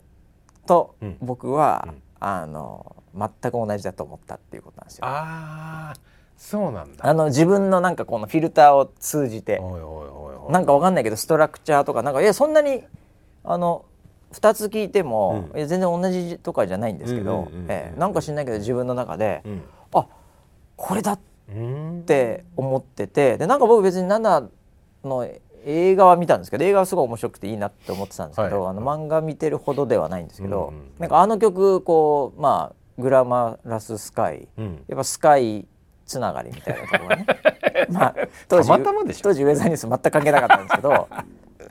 S1: と
S2: うん
S1: 僕は、
S2: うん
S1: あの全く同じだと思ったっていうことなんですよ。あ
S2: ああそうなんだ
S1: の自分のなんかこのフィルターを通じて
S2: おいおいおいおい
S1: なんかわかんないけどストラクチャーとかなんかいやそんなにあの2つ聞いても、
S2: うん
S1: いや全然同じとかじゃないんですけど
S2: うんうんうんうん
S1: ええなんか知んないけど自分の中で、
S2: うん
S1: あこれだっ
S2: うん
S1: って思っててでなんか僕別に7の映画は見たんですけど映画はすごい面白くていいなって思ってたんですけど、
S2: はい
S1: あの漫画見てるほどではないんですけど、
S2: うんうん
S1: なんかあの曲こうまあグラマラススカイ
S2: うん
S1: やっぱスカイつながりみたいなところが ね、まあ、
S2: たまたまでしょ
S1: 当時ウェザーニュース全く関係なかったんですけ ど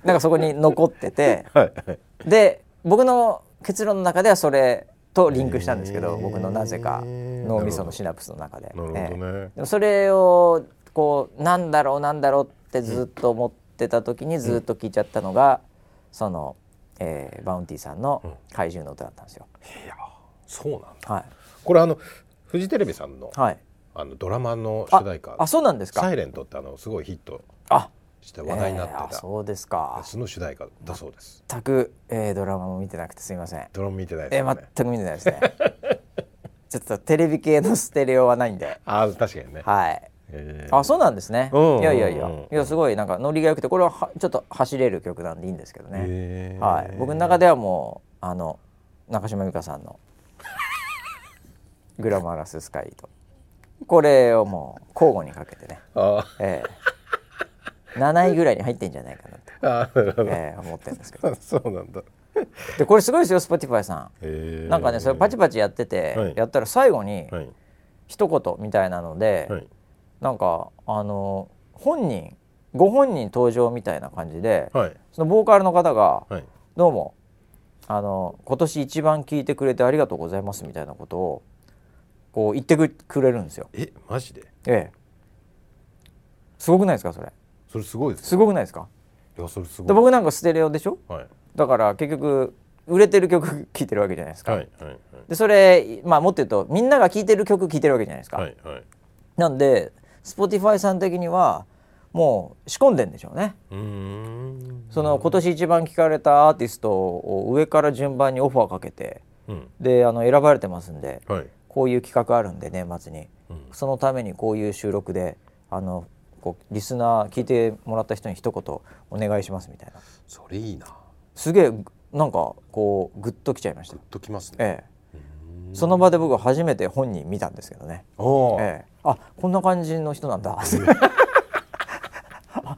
S1: なんかそこに残ってて
S2: はいはい
S1: で僕の結論の中ではそれとリンクしたんですけど、
S2: へー
S1: 僕のなぜか脳みそのシナプスの中で。
S2: なるほど
S1: ええ
S2: ね
S1: でもそれをこうなんだろうなんだろうってずっと思ってた時にずっと聞いちゃったのが、その、えーバウンティさん
S2: うん
S1: の「怪獣の歌」だったんですよ。
S2: いやそうなんだ
S1: はい
S2: これあのフジテレビさんの
S1: はい、
S2: あのドラマの主題歌
S1: あそうなんです
S2: 「サ
S1: か
S2: イレントってあのすごいヒット
S1: あ
S2: して話題になって
S1: えーあ
S2: た
S1: そうですか
S2: やつの主題歌だそうです
S1: 全く、えードラマも見てなくてすいません、
S2: ドラマ見てないです
S1: え
S2: よ
S1: ー
S2: ね
S1: 全く見てない ですねちょっとテレビ系のステレオはないんで
S2: あー確かにね
S1: はい
S2: えー
S1: あそうなんですね、
S2: うんうんうん
S1: いやいやいやいやすごいなんかノリが良くてこれははちょっと走れる曲なんでいいんですけどね、
S2: えー
S1: はい、僕の中ではもうあの中島美嘉さん の「グラマラススカイと」これをもう交互にかけてね、
S2: あ
S1: ええ7位ぐらいに入ってんじゃないかなと、
S2: あなるほど、
S1: ええ思ってるんですけど
S2: あ そうなんだ、
S1: でこれすごいですよ Spotify さ
S2: え
S1: ん。
S2: ー
S1: なんかねそれパチパチやってて、
S2: はい
S1: やったら最後に
S2: はい
S1: 一言みたいなので、
S2: はい
S1: なんかあの本人ご本人登場みたいな感じで、
S2: はい
S1: そのボーカルの方が
S2: はい
S1: どうもあの今年一番聞いてくれてありがとうございますみたいなことをこう言ってくくれるんですよ。
S2: えマジで
S1: ええ、すごくないですかそれ
S2: それすごいです
S1: す
S2: ね
S1: ごくないですか
S2: いやそれす
S1: で
S2: ごい
S1: 僕なんかステレオでしょ
S2: はい
S1: だから結局売れてる曲 聴いてるわけじゃないですか。
S2: はいはいはい
S1: でそれ、まあ、もっと言うとみんなが聴いてる曲聴いてるわけじゃないですか。
S2: はいはい
S1: なんで Spotify さん的にはもう仕込んでんでしょうね。
S2: うーん
S1: その今年一番聴かれたアーティストを上から順番にオファーかけて
S2: うん
S1: であの選ばれてますんで
S2: はい
S1: こういう企画あるんで年末に、
S2: うん
S1: そのためにこういう収録であのこうリスナー聞いてもらった人に一言お願いしますみたいな
S2: それいいなグ
S1: すげえなんかこうグッときちゃいました
S2: ッときますね
S1: ええその場で僕は初めて本人見たんですけどね、
S2: おお、
S1: ええ、あこんな感じの人なんだ あ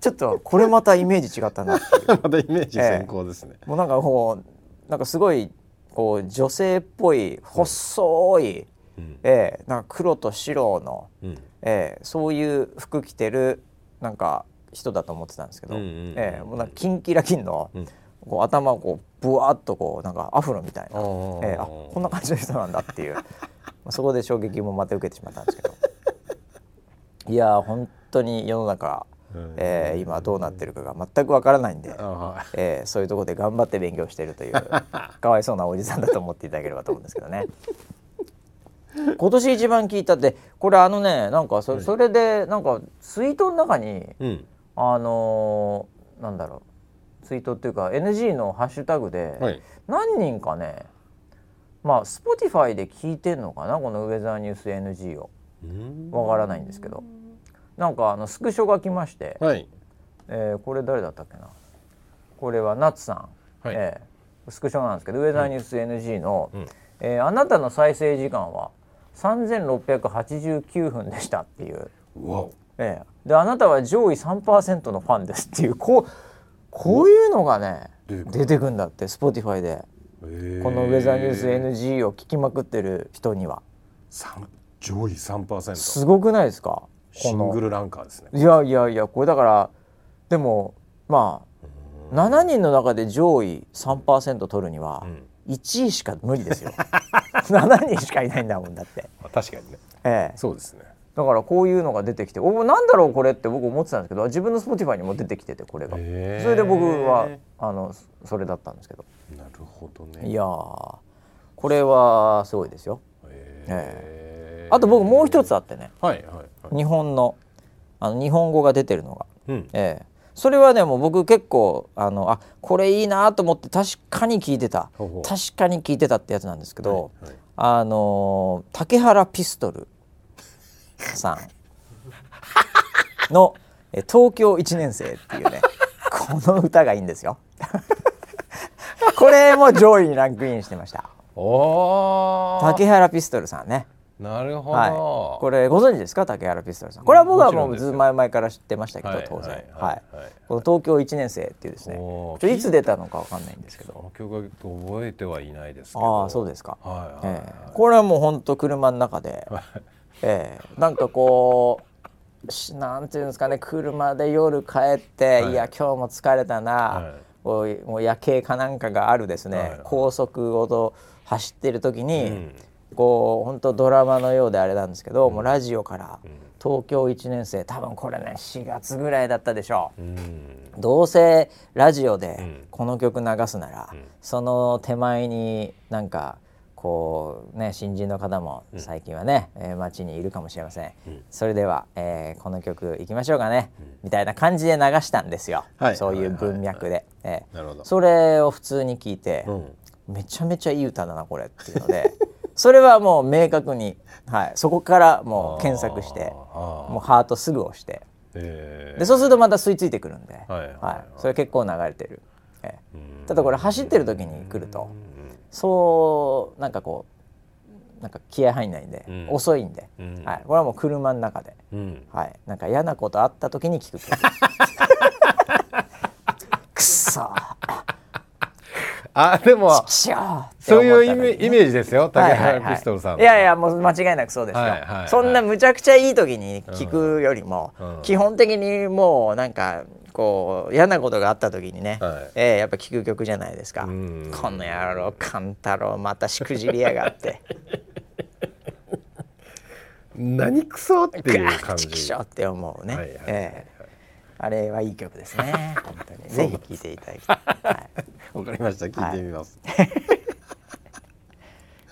S1: ちょっとこれまたイメージ違ったなっていう
S2: またイメージ先行ですね、
S1: もうなんかこうなんかすごいこう女性っぽい細い、
S2: うん
S1: ええ、なんか黒と白の、
S2: うん
S1: ええ、そういう服着てるなんか人だと思ってたんですけど、
S2: うんうんうんうん
S1: ええもうなんかキンキラキンの、
S2: うん
S1: こう頭をこうブワーっとこうなんかアフロみたいな、
S2: あー
S1: ええあこんな感じの人なんだ っていうまあそこで衝撃もまた受けてしまったんですけどいやー本当に世の中、
S2: うん
S1: ええ今どうなってるかが全くわからないんで。
S2: あはい
S1: えーそういうところで頑張って勉強してると いうかわいそうなおじさんだと思っていただければと思うんですけどね。今年一番聞いたってこれあのねなんかそ,、それでなんかツイートの中に
S2: うん
S1: あのーなんだろうツイートっていうか NG のハッシュタグで、
S2: はい
S1: 何人かねまあ Spotify で聞いてんのかなこのウェザーニュース NG を
S2: うん
S1: わからないんですけどなんかあのスクショが来まして、
S2: はい
S1: えーこれ誰だったっけなこれはナツさん、
S2: はい
S1: えースクショなんですけどウェザーニュース NG の、
S2: うん
S1: えーあなたの再生時間は3689分でした」っていう、
S2: うわお
S1: えーで「あなたは上位3%のファンです」っていうこうこういうのがね
S2: 出てくる
S1: 出てくんだって Spotify で
S2: えー
S1: このウェザーニュース NG を聞きまくってる人には
S2: 三上位3%
S1: すごくないですか
S2: シ
S1: この
S2: ングルランカーですね
S1: いやいやいやこれだからでもまあ7人の中で上位3%取るには1位しか無理ですよ 7人しかいないんだもんだって、
S2: まあ確かにね
S1: ええ、
S2: そうですね
S1: だからこういうのが出てきておなんだろうこれって僕思ってたんですけど自分の Spotify にも出てきててこれが、
S2: へえ
S1: それで僕はあのそそれだったんですけど
S2: なるほど
S1: い
S2: ね
S1: やーこれはすごいですよ
S2: えー
S1: あと僕もう一つあってね
S2: はいはいはい
S1: 日本のあの日本語が出てるのが。
S2: うん
S1: ええ、それはでも僕結構あのあこれいいなと思って確かに聞いてた
S2: ほうほう
S1: 確かに聞いてたってやつなんですけど、
S2: はいはい
S1: あのー竹原ピストルさんの「え東京1年生」っていうねこの歌がいいんですよ。これも上位にランクインしてました
S2: おー
S1: 竹原ピストルさんね。
S2: なるほ
S1: はい、
S2: ど
S1: これご存知ですか竹原ピストルさんこれは僕はもう
S2: もちろんです
S1: ず
S2: よ
S1: 前々から知ってましたけど
S2: はい
S1: 当然
S2: はい
S1: はい
S2: はいはい
S1: この東京1年生っていうですね
S2: おー
S1: ちょいつ出たのかわかんないんですけど
S2: この曲は覚えてはいないですけど
S1: ああそう
S2: で
S1: ですか、
S2: はいはい
S1: ええこれはもうほんと車の中 で、ええなんかこうしなんていうんですかね車で夜帰って、
S2: はい
S1: い、や今日も疲れたな、
S2: はい
S1: こうもう夜景かなんかがあるですね、
S2: はい
S1: 高速をと走ってる時に、
S2: うん
S1: こう本当ドラマのようであれなんですけど、もうラジオから、東京1年生多分これね4月ぐらいだったでしょう、
S2: うん
S1: どうせラジオで
S2: ん
S1: この曲流すなら、その手前になんかこうね新人の方も最近はね、えー街にいるかもしれません、それでは、えーこの曲いきましょうかね、みたいな感じで流したんですよ、
S2: はい
S1: そういう文脈で、えー
S2: なるほど
S1: それを普通に聞いて、
S2: うん
S1: めちゃめちゃいい歌だなこれっていうので それはもう明確に、はい、そこからもう検索して
S2: あー
S1: もうハートすぐ押して
S2: えー
S1: でそうするとまた吸い付いてくるんで、
S2: はいはいはい
S1: それ結構流れてる、ええ
S2: うん
S1: ただこれ走ってる時に来ると
S2: うん
S1: そうなんかこうなんか気合入んないんで、
S2: うん
S1: 遅いんで、
S2: うん
S1: はい、これはもう車の中で、
S2: うん
S1: はい、なんか嫌なことあった時 に聞く 曲くっそー
S2: あでも
S1: くしょーって
S2: そ
S1: 思
S2: う
S1: っ
S2: い
S1: た
S2: うイ
S1: 時に
S2: メイメージですよ
S1: は
S2: 竹
S1: いはい
S2: 原
S1: は
S2: ピストルさん
S1: い、いやいやもう間違いなくそうですよ、
S2: はいはいはい
S1: そんなむちゃくちゃいい時に聞くよりも、
S2: うん
S1: 基本的にもうなんかこう嫌なことがあった時にね、
S2: はい
S1: ええやっぱ聞く曲じゃないですか、
S2: うん
S1: この野郎勘太郎またしくじりやがって
S2: 何クソって
S1: ガ
S2: いう
S1: ー
S2: 感
S1: ッチ
S2: じ
S1: キショって思うね、
S2: はいはいはい
S1: ええあれはいい曲です ね本当にぜひ聴いていただきたい、
S2: わかりました聞いてみます、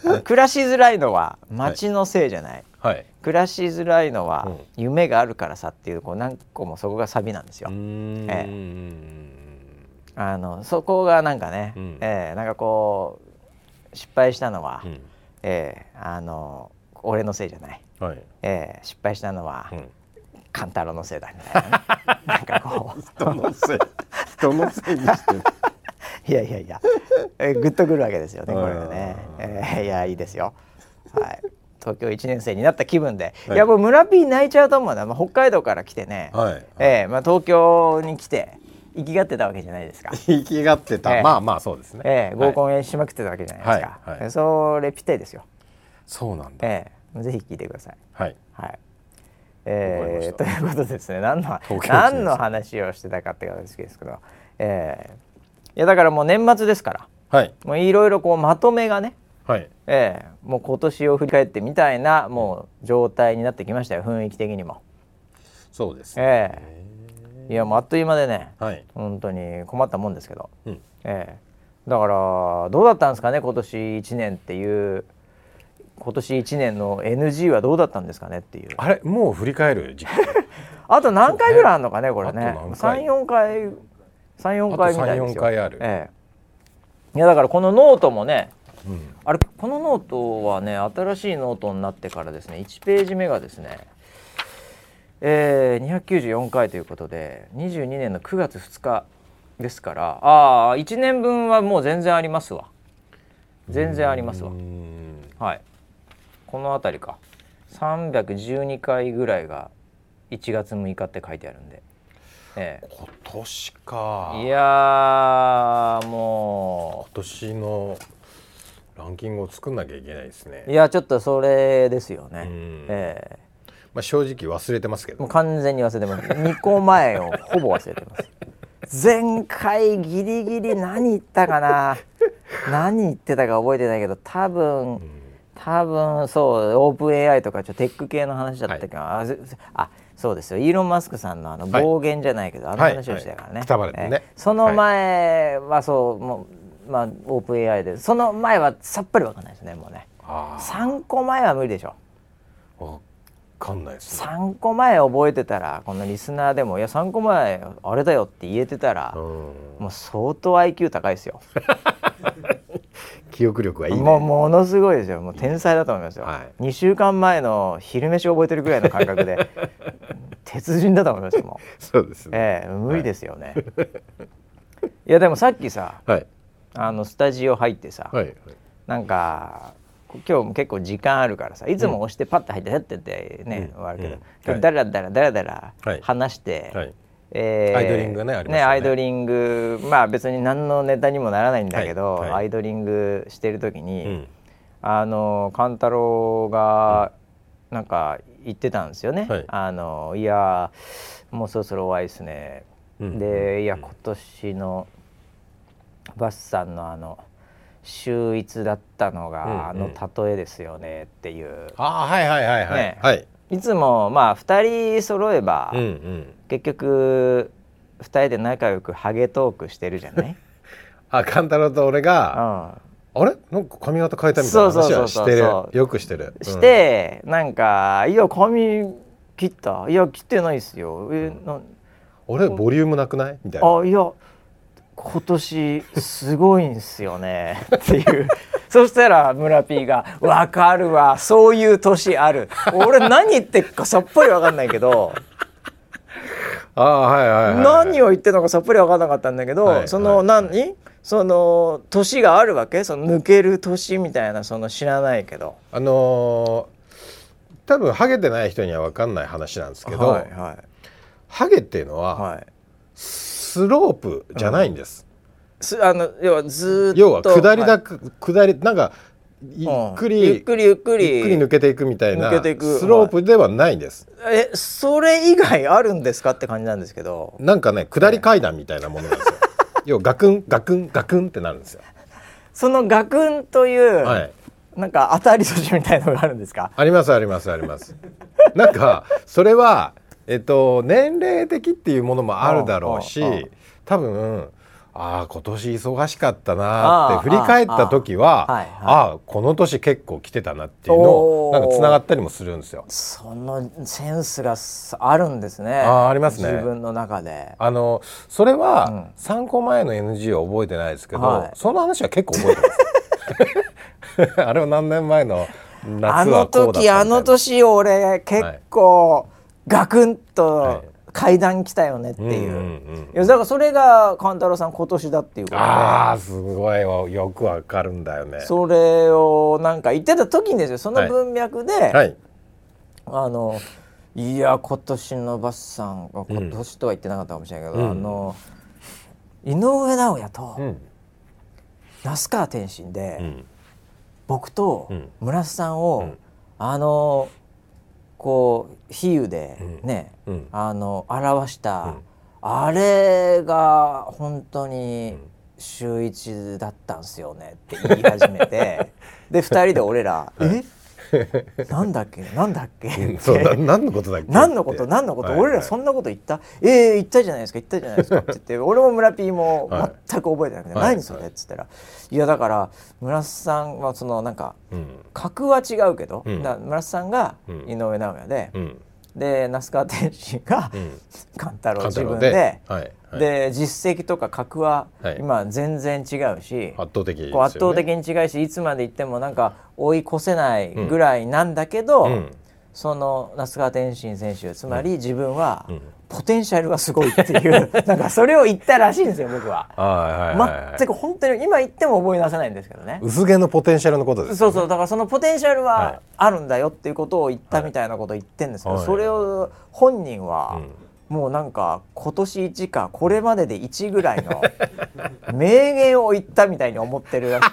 S1: はい、暮らしづらいのは街のせいじゃない
S2: はい、
S1: 暮らしづらいのは
S2: うん
S1: 夢があるからさっていうこう何個もそこがサビなんですよ。
S2: うーん
S1: えあのそこがなんかね、
S2: うん
S1: ええなんかこう失敗したのは、
S2: うん
S1: ええあの俺のせいじゃない、
S2: はい、
S1: ええ失敗したのは、
S2: うん、
S1: 勘太郎のせいだみたい なね、なんかこ
S2: 人のせい 人のせいにしてる
S1: ういやいやいや、ええグッとくるわけですよねこれがね
S2: う、ん
S1: ええいやいいですよ。はい東京1年生になった気分で、
S2: はい
S1: い、やもう村 P 泣いちゃうと思うな、まあ、北海道から来てね、
S2: はい
S1: ええまあ、東京に来て生きがってたわけじゃないですか、
S2: 生きがってた、
S1: ええ
S2: まあまあそうですね、
S1: ええ
S2: はい
S1: 合コンしまくってたわけじゃないですか、
S2: はいはい
S1: それぴったりですよ、
S2: そうなんだ、
S1: ええぜひ聞いてください、
S2: はい
S1: はい
S2: わかりま
S1: え
S2: し
S1: え
S2: た
S1: ということですね何の
S2: 東京
S1: 何の話をしてたかって話ですけど、ええいやだからもう年末ですから
S2: はい
S1: もういろいろこうまとめがね、
S2: はい
S1: ええもう今年を振り返ってみたいなもう状態になってきましたよ雰囲気的にも、
S2: そうですね、
S1: ええいやもうあっという間でね
S2: はい、
S1: 本当に困ったもんですけど。
S2: うん、
S1: ええ、だからどうだったんですかね今年1年っていう今年1年の NG はどうだったんですかねっていう
S2: あれもう振り返る時期
S1: あと何回ぐらいあるのかねこれね
S2: あと何回
S1: 34回34回みたいですよ
S2: あと3 4回ある
S1: ええ、いやだからこのノートもね
S2: うん
S1: あれこのノートはね新しいノートになってからですね1ページ目がですねえー、294回ということで22年の9月2日ですからああ1年分はもう全然ありますわ全然ありますわ
S2: うーん
S1: はいこの辺りか312回ぐらいが1月6日って書いてあるんで、え
S2: 今年か
S1: えいやーも
S2: 今年のランキングを作んなきゃいけないですね
S1: ういやちょっとそれですよ
S2: う
S1: ね、
S2: ん
S1: ええ
S2: まあ、正直忘れてますけ
S1: もう
S2: ど
S1: 完全に忘れてます。2個前をほぼ忘れてます。前回ギリギリ何言ったかな何言ってたか覚えてないけど多分多分そうオープン AI とかちょっとテック系の話だったけど、あぜあそうですよイーロン・マスクさんのあの
S2: はい
S1: 暴言じゃないけど、あの
S2: はい
S1: 話をしてたからね,、
S2: はいくたばれてね
S1: えその前はそうもう、まあ、オープン AI でその前はさっぱりわかんないですねもうね
S2: あ
S1: 3個前は無理でしょ
S2: あわかんないですね
S1: 3個前覚えてたらこのリスナーでも「いや3個前あれだよ」って言えてたら、
S2: うん
S1: もう相当 IQ 高いですよ
S2: 記憶 力がいいね
S1: もうものすごいですよもう天才だと思いますよ、
S2: はい
S1: 2週間前の昼飯を覚えてるぐらいの感覚 で鉄人だと思いますよもう
S2: そうですね
S1: ええ無理ですよね、い、やでもさっきさ
S2: はい
S1: あのスタジオ入ってさ、
S2: はいはい
S1: なんかこ今日も結構時間あるからさいつも押してパッと入ってやってってね、
S2: うん
S1: 終わるけど、
S2: うん
S1: 今日だらだらだらだら
S2: はい
S1: 話して、
S2: はい
S1: えー
S2: アイドリングがねありますよね
S1: アイドリングまあ別に何のネタにもならないんだけど、
S2: はいはい
S1: アイドリングしてる時に、
S2: うん
S1: あの勘太郎がなんか言ってたんですよね。
S2: はい
S1: あのいやもうそろそろ終わりですね。
S2: うん
S1: でいや今年のバスさんのあの秀逸だったのが、
S2: うんうん
S1: あの例えですよねっていう。
S2: ああはいはいはいはい、
S1: ね
S2: はい
S1: いつもまあ二人揃えば、
S2: うんうん
S1: 結局2人で仲良くハゲトークしてるじゃない、
S2: あ勘太郎と俺が、
S1: う
S2: あれなんか髪型変えたみたいな
S1: そう
S2: 話
S1: そうそ
S2: はし
S1: うそう
S2: てる
S1: そう
S2: よくしてる
S1: ん、して、なんか「いや髪切ったいや切ってないっすよ」えな
S2: うん、あれボリュームなくないみたいな
S1: あいや今年すごいんすよね」っていうそそしたら村 P が「わかるわそういう年ある」俺何言ってっかさっぱりわかんないけど
S2: ああはいはいはいはい
S1: 何を言ってるのかさっぱり分からなかったんだけど、
S2: はい
S1: その
S2: はい
S1: 何、その年があるわけその抜ける年みたいなその知らないけど
S2: あのー多分ハゲてない人には分かんない話なんですけど、
S1: はいは
S2: ハゲっていうの
S1: い
S2: は
S1: はい
S2: スロープじゃないんです、
S1: すあの要はずーっと
S2: 要は下り
S1: は
S2: だ
S1: い
S2: く、下りなんかゆっくり、
S1: うんゆっくりゆっくり
S2: ゆっくり抜けていくみたいな
S1: 抜けていく
S2: スロープではないんです、
S1: えそれ以外あるんですかって感じなんですけ ど
S2: なんかね下り階段みたいなものな んですよ要はガクンガクンガクンってなるんですよ
S1: そのガクンという、
S2: はい
S1: なんか当たり年みたいのがあるんですか
S2: ありますありますあります なんかそれはえっと年齢的っていうものもあるだろうし
S1: ああああ
S2: 多分ああ今年忙しかったなーって振
S1: ああ
S2: り返った時は
S1: ああ
S2: あ
S1: はいはい
S2: あこの年結構来てたなっていうのを
S1: お
S2: な
S1: ー
S2: んかつながったりもするんですよ。
S1: そのセンスがさあるんですね
S2: あーありますね
S1: 自分の中で
S2: あのそれは
S1: うん
S2: 参考前の NG は覚えてないですけど、
S1: はい
S2: その話は結構覚えてます。あ れは何年前の
S1: あ
S2: 夏
S1: の
S2: はこうだったみたい
S1: 時
S2: な
S1: あの年俺結構ガクンと階段来たよねっていう,、
S2: うんうんうん
S1: いやだからそれが勘太郎さん今年だっていうこと
S2: ああすごいわよくわかるんだよね
S1: で。それをなんか言ってた時にですよその文脈で、
S2: はい。
S1: あのいや今年のバスさんが今年とは言ってなかったかもしれないけど、
S2: うん
S1: あの井上尚弥と
S2: うん。
S1: 那須川天心で、
S2: うん。
S1: 僕と
S2: うん
S1: 村瀬さん
S2: う
S1: を
S2: ん、
S1: あのこう比喩で
S2: うん
S1: ね、
S2: うん。
S1: あの表した、
S2: うん
S1: あれが本当に
S2: ん
S1: 週一だったんすよねって言い始め てで二人で俺ら「えなんだっけなんだっけ?」っ
S2: そうな
S1: て。
S2: 何のことだっけ
S1: 何のこと何のこと、俺らそ
S2: ん
S1: んなこと言った、ええ言ったじゃないですか言ったじゃないです かって言って俺も村 P も
S2: はい
S1: 全く覚えてなくて、
S2: はい
S1: 何それっつったら、い、やだから村瀬さんはそのなんか
S2: うん
S1: 格は違うけど、
S2: うん
S1: だから村瀬さんが
S2: うん
S1: 井上尚弥で、
S2: うん
S1: で那須川天心が
S2: うん
S1: 勘太郎
S2: 勘
S1: 自
S2: 太郎
S1: 分
S2: で
S1: で。
S2: はいはい
S1: で実績とか格は
S2: はい
S1: 今全然違うし、
S2: 圧倒的ですよね
S1: こう圧倒的に違いしいつまでいってもなんか追い越せないぐらいなんだけど、
S2: うん
S1: その那須川天心選手つまり自分は
S2: ん
S1: ポテンシャルがすごいっていう なんかそれを言ったらしいんですよ僕は。
S2: はいはいはいはい
S1: 全く本当に今言っても覚え出せないんですけどね。
S2: 薄毛のポテンシャルのことです
S1: そうそうだからそのポテンシャル
S2: はい
S1: はあるんだよっていうことを言ったみたいなことを言ってんですけど、
S2: はい
S1: それを本人はもうなんか今年1かこれまでで1ぐらい の名言を言ったみたいに思ってるらし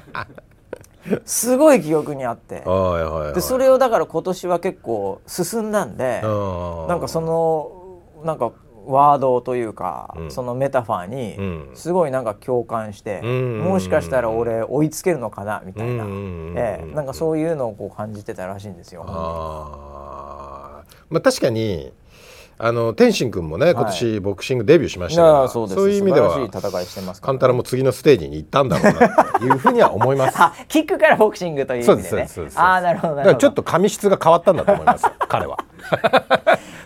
S1: くてすごい記憶にあって
S2: はいはいはい
S1: でそれをだから今年は結構進んだんで
S2: な
S1: なんかそのなんかワードというか、
S2: うん
S1: そのメタファー
S2: う
S1: に
S2: ん
S1: すごいなんか共感して、
S2: うん
S1: もしかしたら俺追いつけるのかなみたいな、
S2: うんうんうん
S1: ええなんかそういうのをこう感じてたらしいんですよ。
S2: あーまあ確かにあの天心君もね今年ボクシングデビューしま
S1: い
S2: したから
S1: やそうです
S2: いう意味で
S1: 素晴
S2: は
S1: らしい戦いしてますから
S2: カンタラも次のステージに行ったんだろうなっていうふうには思 います
S1: あキックからボクシングという意
S2: そう
S1: 味
S2: で
S1: ですね
S2: そうですそうです
S1: ああなるほどな
S2: だ
S1: るほ
S2: から
S1: ど
S2: ちょっと髪質が変わったんだと思います彼は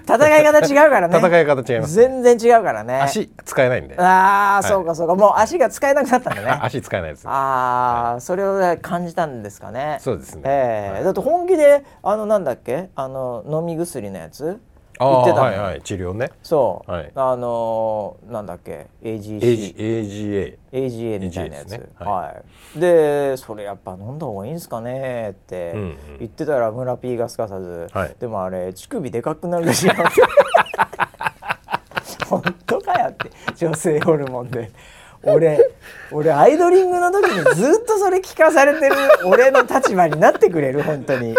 S1: 戦い方違うからね
S2: 戦い方違います
S1: 全然違うからね
S2: 足使えないんで
S1: ああ、
S2: い
S1: そうかそうかもう足が使えなくなったんだね
S2: あ足使えないです
S1: ああ、それをね感じたんですかね。
S2: そうですね
S1: ええ
S2: はい
S1: だって本気で、あのなんだっけ、あの飲み薬のやつ。
S2: あ
S1: 言って
S2: ー
S1: たの
S2: はいはい治療ね
S1: そう、
S2: はい
S1: あのーなんだっけ、A. G.
S2: AG
S1: C.。
S2: AGA
S1: A. G. A. みたいなや
S2: AGA
S1: つ、
S2: ですねは
S1: はい。で、それやっぱ飲んだ方がいいんですかねって
S2: うんうん
S1: 言ってたら、村 P がすかさず、
S2: はい
S1: でもあれ乳首でかくなるらしいよ。 本当かよって女性ホルモンで俺俺アイドリングの時にずっとそれ聞かされてる俺の立場になってくれる本当に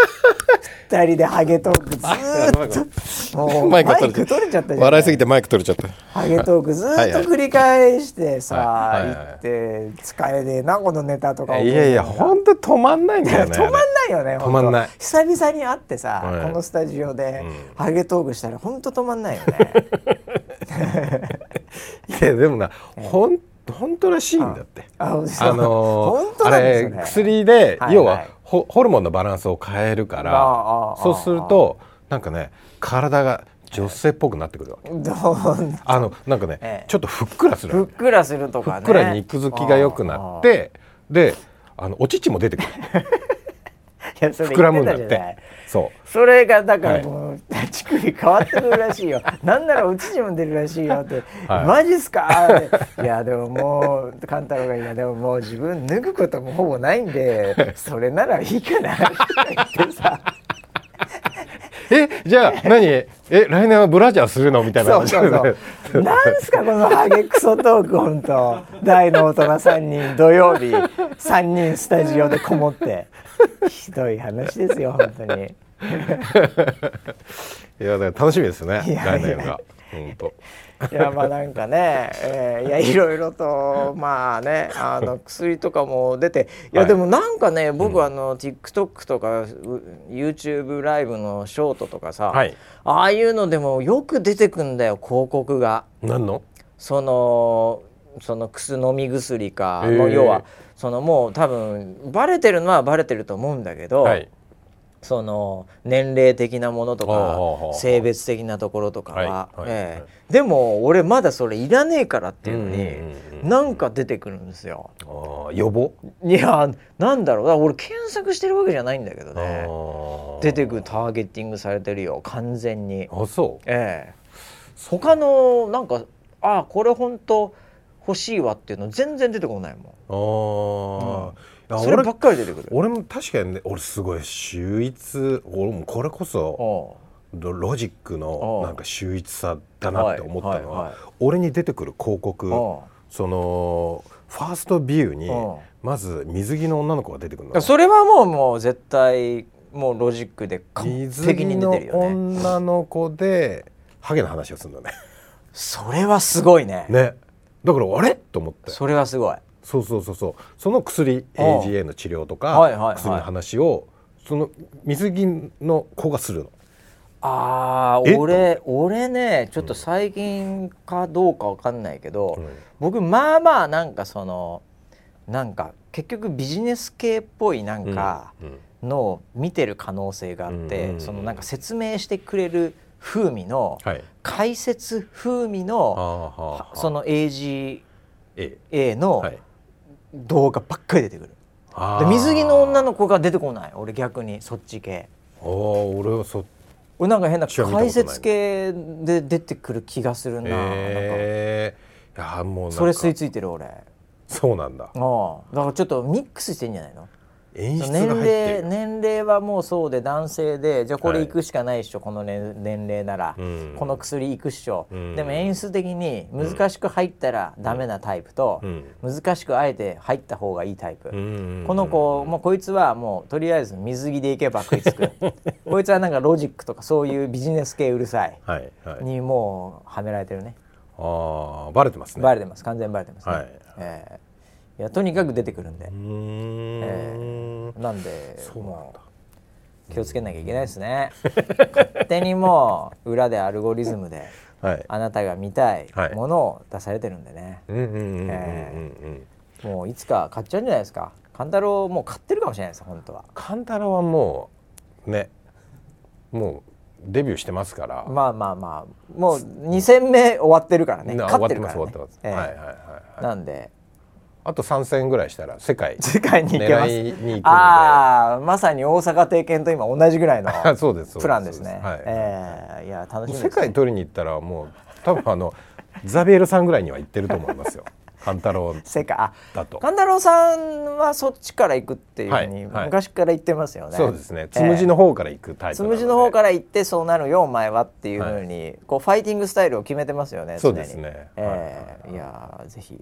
S1: 二人でハゲトークずーっともうマイク取れちゃったじゃん
S2: 笑いすぎてマイク取れちゃった
S1: ハゲトークずー
S2: はいは
S1: っ
S2: い
S1: と繰り返してさ、
S2: はいはいはい
S1: 行って使えねえなこのネタとか思う
S2: いやいや本当止まんないんだよ ね
S1: 止まんないよね
S2: 止まんない
S1: ほと久々に会ってさ、
S2: はい
S1: このスタジオで、
S2: うん
S1: ハゲトークしたら本当止まんないよ ね
S2: いやでもなほん本当らしいんだって
S1: あのー
S2: あの
S1: 本
S2: ー
S1: 当
S2: あ
S1: なんです
S2: れ
S1: よね
S2: 薬で
S1: はい
S2: 要はホホルモンのバランスを変えるか
S1: あああ
S2: ら
S1: あ
S2: そうするとなんかね体が女性っぽくなってくるわけ
S1: どう
S2: あのなんかね、
S1: ええ
S2: ちょっとふっくらするわ
S1: ふっ
S2: け
S1: くらするとかね
S2: ふっくら肉付きが良くなってであのお乳も出てくる
S1: いやそれ
S2: 膨らむんだ
S1: 言
S2: って
S1: たじゃない
S2: てそ
S1: それがだか
S2: は
S1: ら
S2: い
S1: もう、乳首変わってくるらしい よなんならお乳も出るらしいよって、
S2: はい
S1: マジっすかっていやでももう勘太郎が今でももう自分脱ぐこともほぼないん でそれならいいかなって 言ってさ
S2: うえじゃ あ何え来年はブラジャーするのみたいな
S1: そうそうそうなんすかこのハゲクソトーク本当大の大人3人土曜日3人スタジオでこもってひどい話ですよ本当に。
S2: いやだから楽しみですね
S1: いや
S2: 来年が本当
S1: いやまあなんかね、えー、いやいろいろとまあねあ の薬とかも出ていや
S2: はい
S1: でもなんかね、僕あの TikTok とかう YouTube ライブのショートとかさ、
S2: はい
S1: ああいうのでもよく出てくんだよ広告が。
S2: 何の
S1: そのその薬飲み薬か、
S2: へー
S1: もう要はそのもう多分バレてるのはバレてると思うんだけど、
S2: はい
S1: その年齢的なものと
S2: あああああ
S1: か
S2: あ
S1: 性別的なところとかは
S2: はい
S1: え
S2: はいは
S1: えでも俺まだそれいらねえからっていうの
S2: うんうんうんう
S1: に
S2: ん
S1: なんか出てくるんですよ。
S2: あー予防
S1: いやなんだろうだから俺検索してるわけじゃないんだけどね
S2: あー
S1: 出てくるターゲッティングされてるよ完全に。
S2: あそう
S1: ええ他のなんかああこれ本当欲しいわっていうの全然出てこないもん。
S2: ああ、い
S1: そ
S2: や
S1: れ
S2: 俺
S1: ばっかり出てくる。
S2: 俺も確かにね俺すごい秀逸俺もこれこそ
S1: お
S2: ロロジックの
S1: ああ
S2: なんか秀逸さだなって思ったのは、
S1: はいはいはい
S2: 俺に出てくる広告
S1: うお
S2: そのファーストビューに
S1: ああ
S2: まず水着の女の子が出てくる
S1: う
S2: の
S1: それはもうもう絶対もうロジックで完
S2: 水
S1: 璧
S2: 着
S1: に出
S2: の
S1: てるよね。
S2: 女の子でハゲの話をするんだね
S1: それはすごいね。
S2: ねだからあれと思って
S1: それはすごい。
S2: そうそうそうそうその薬
S1: ああ
S2: AGA の治療と
S1: はいはいは
S2: か
S1: い
S2: 薬の話をその水着の子がするの
S1: ああ
S2: え
S1: 俺俺ねちょっと最近かどうかわかんないけど、
S2: うん
S1: 僕まあまあなんかそのなんか結局ビジネス系っぽいなんか
S2: うん
S1: のを見てる可能性があって、
S2: うん
S1: そのなんか説明してくれる風味の、
S2: はい
S1: 解説風味
S2: あ
S1: の
S2: あはあ
S1: その AGA
S2: え
S1: の
S2: はい
S1: 動画ばっかり出てくる。
S2: あ
S1: で
S2: ー
S1: 水着の女の子が出てこない俺逆にそっち系
S2: あー俺はそ
S1: 俺なんか変な
S2: ちは見たことな
S1: 解
S2: い
S1: 説系で出てくる気がするな,、
S2: ええい
S1: な
S2: やもう
S1: ん
S2: なん
S1: か
S2: か
S1: それ吸い付いてる俺
S2: そうなんだ
S1: ああだからちょっとミックスしてんじゃないの
S2: 演出が
S1: 年
S2: 入って
S1: 齢
S2: る
S1: 年齢はもうそうで男性でじゃあこれ
S2: はい
S1: 行くしかないっしょ、この年年齢なら、
S2: うん
S1: この薬行くっしょ、
S2: うん
S1: でも演出的に難しく入ったらダメなタイプと、難しくあえて入った方がいいタイプ、
S2: うん
S1: この子もうこいつはもうとりあえず水着でいけば食いつ くこいつはなんかロジックとかそういうビジネス系うるさい
S2: はいはい
S1: にもうはめられてるね
S2: ああバレてますね
S1: バレてます完全にバレてますね、
S2: はい
S1: えーいやとにかく出てくるんで
S2: う、ーん
S1: なんで
S2: そうなんだ
S1: もう気をつけなきゃいけないですね勝手にもう裏でアルゴリズムで
S2: はい
S1: あなたが見たい
S2: はい
S1: ものを出されてるんでね、
S2: うんうんうんうんうん
S1: え
S2: うん
S1: もういつか買っちゃうんじゃないですか勘太郎もう買ってるかもしれないです本当は
S2: 勘太郎はもうねもうデビューしてますから
S1: まあまあまあもう2戦目終わってるからね
S2: な
S1: 勝
S2: 終
S1: っ
S2: わってて
S1: る
S2: ま
S1: か
S2: す
S1: ら、
S2: 終
S1: ね
S2: わってます
S1: え
S2: はい
S1: え
S2: はいはいはい
S1: なんで
S2: あと3戦ぐらいしたら世 界
S1: 世界に行けます
S2: 狙いに行くので
S1: ああまさに大阪定見と今同じぐらいの
S2: そうですそうです
S1: プランですね
S2: そうですはい
S1: ええいや楽しみです、ね、
S2: 世界取りに行ったらもう多分あのザビエルさんぐらいには行ってると思いますよ勘太郎
S1: 世界あ
S2: だと。
S1: 勘太郎さんはそっちから行くっていうふうに
S2: はいはい
S1: 昔から言ってますよね、
S2: そうです
S1: ええ
S2: ね。つむじの方から行くタイプ
S1: つ
S2: なので。
S1: むじの方から行ってそうなるよお前はっていうふうに、こうファイティングスタイルを決めてますよね
S2: そうですね
S1: 常にええいやーぜひ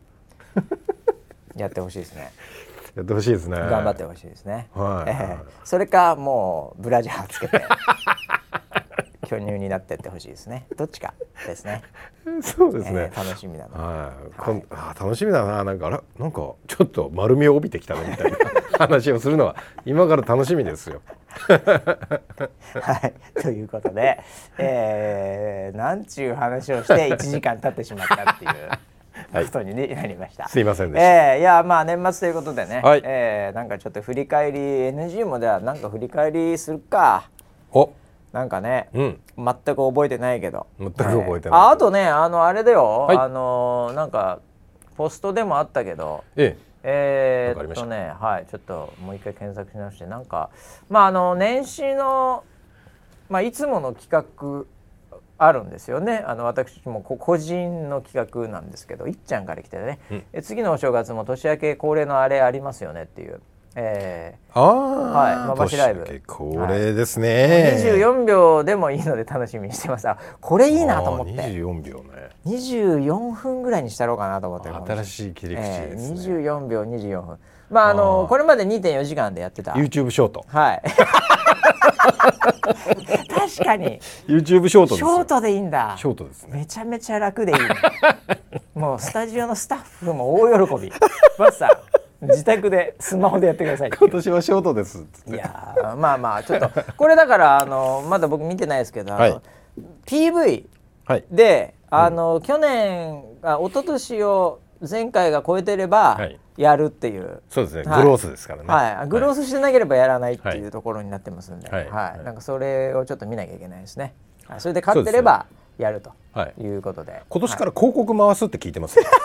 S1: やってほしいですね
S2: やってほしいですね。
S1: 頑張ってほしいですね。
S2: はい
S1: ええそれかもうブラジャーつけ て巨乳になってってほしいですね。どっちかですね。
S2: そうです
S1: え
S2: ね
S1: え。楽しみなの。
S2: はい。こんあ楽しみだな。なんかあらなんかちょっと丸みを帯びてきたねみたいな話をするのは 今から楽しみですよ。
S1: はい。ということで、ええなんちゅう話をして1時間経ってしまったっていう
S2: はい
S1: ことになりました。
S2: すいませんでした。
S1: ええいやまあ年末ということでね、
S2: はい
S1: ええなんかちょっと振り返り NG もではなんか振り返りするか
S2: お、
S1: なんかね、
S2: うん。
S1: 全く覚えてないけど
S2: 全く覚えてない
S1: えーああとねあのあれだよ、
S2: はい
S1: あのーなんかポストでもあったけど
S2: え
S1: え
S2: え、わか
S1: ー、っ
S2: りました
S1: とねはいちょっともう一回検索し直してなんかまああの年始のまあいつもの企画あるんですよねあの私もこ個人の企画なんですけどいっちゃんから来てね、
S2: うん
S1: え次のお正月も年明け恒例のあれありますよねっていう、え
S2: あ
S1: はい
S2: あ、
S1: まばしライブ
S2: 年明けこれです
S1: ー
S2: ね。
S1: 24秒でもいいので楽しみにしてますあこれいいなと思っ
S2: 二
S1: て
S2: 十四秒ね。
S1: 24分ぐらいにしたろうかなと思って
S2: 新しい切り口
S1: え
S2: で
S1: え
S2: すね。
S1: 24秒24分まああの
S2: あー
S1: これまで2.4時間でやってた
S2: YouTube ショート。
S1: はい確かに
S2: YouTube ショートです
S1: シ
S2: よ。
S1: ョートでいいんだ
S2: ショートですね。
S1: めちゃめちゃ楽でいいねもうスタジオのスタッフも大喜びバスさん自宅でスマホでやってくだ さいっていう
S2: 今年はショートですっつって。
S1: いやーまあまあちょっとこれだからあのまだ僕見てないですけど、あの
S2: はい
S1: PV
S2: はい。
S1: であの、去年あ一昨年を前回が超えてれば
S2: はい
S1: やるっていう、
S2: そうですね。グ
S1: はい
S2: ロースですからね。
S1: はい、グロー
S2: ス。
S1: スしてなければやらないって
S2: はいいう
S1: ところになってますんで、は
S2: はいいはい
S1: なんかそれをちょっと見なきゃいけないですね。はいそれで勝ってればやると
S2: はい
S1: いうことで、
S2: 今年から広告回すって聞いてますよ。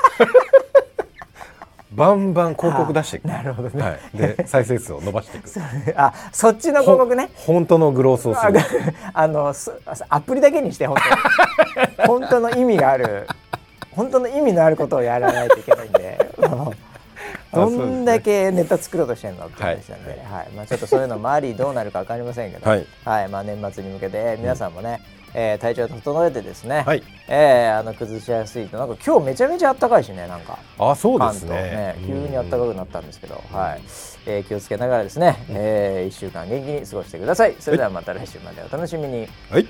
S2: バンバン広告出していく。なるほどね。はい。で再生数を伸ば していく。
S1: あそっちの広告ね。
S2: ほん本当のグロースをす
S1: あ
S2: る。
S1: あのすアプリだけにして本 当に本当の意味がある本当の意味のあることをやらないといけないん でどんだけネタ作ろうとしてんのって話なんで、
S2: は
S1: はいいまあ、ちょっとそういうのもありどうなるか分かりませんけど、
S2: はい
S1: まあ、年末に向けて皆さんもね、えー体調整えてですね、
S2: はい
S1: えーあの崩しやすいとなんか今日めちゃめちゃ暖かいしねなんか。
S2: あ、そうで
S1: 関
S2: す
S1: 東
S2: ね
S1: ね。急に暖か
S2: うん
S1: くなったんですけど、はいえー気をつけながらですね、え1週間元気に過ごしてくださいそれではまた来週までお楽しみに。
S2: はい。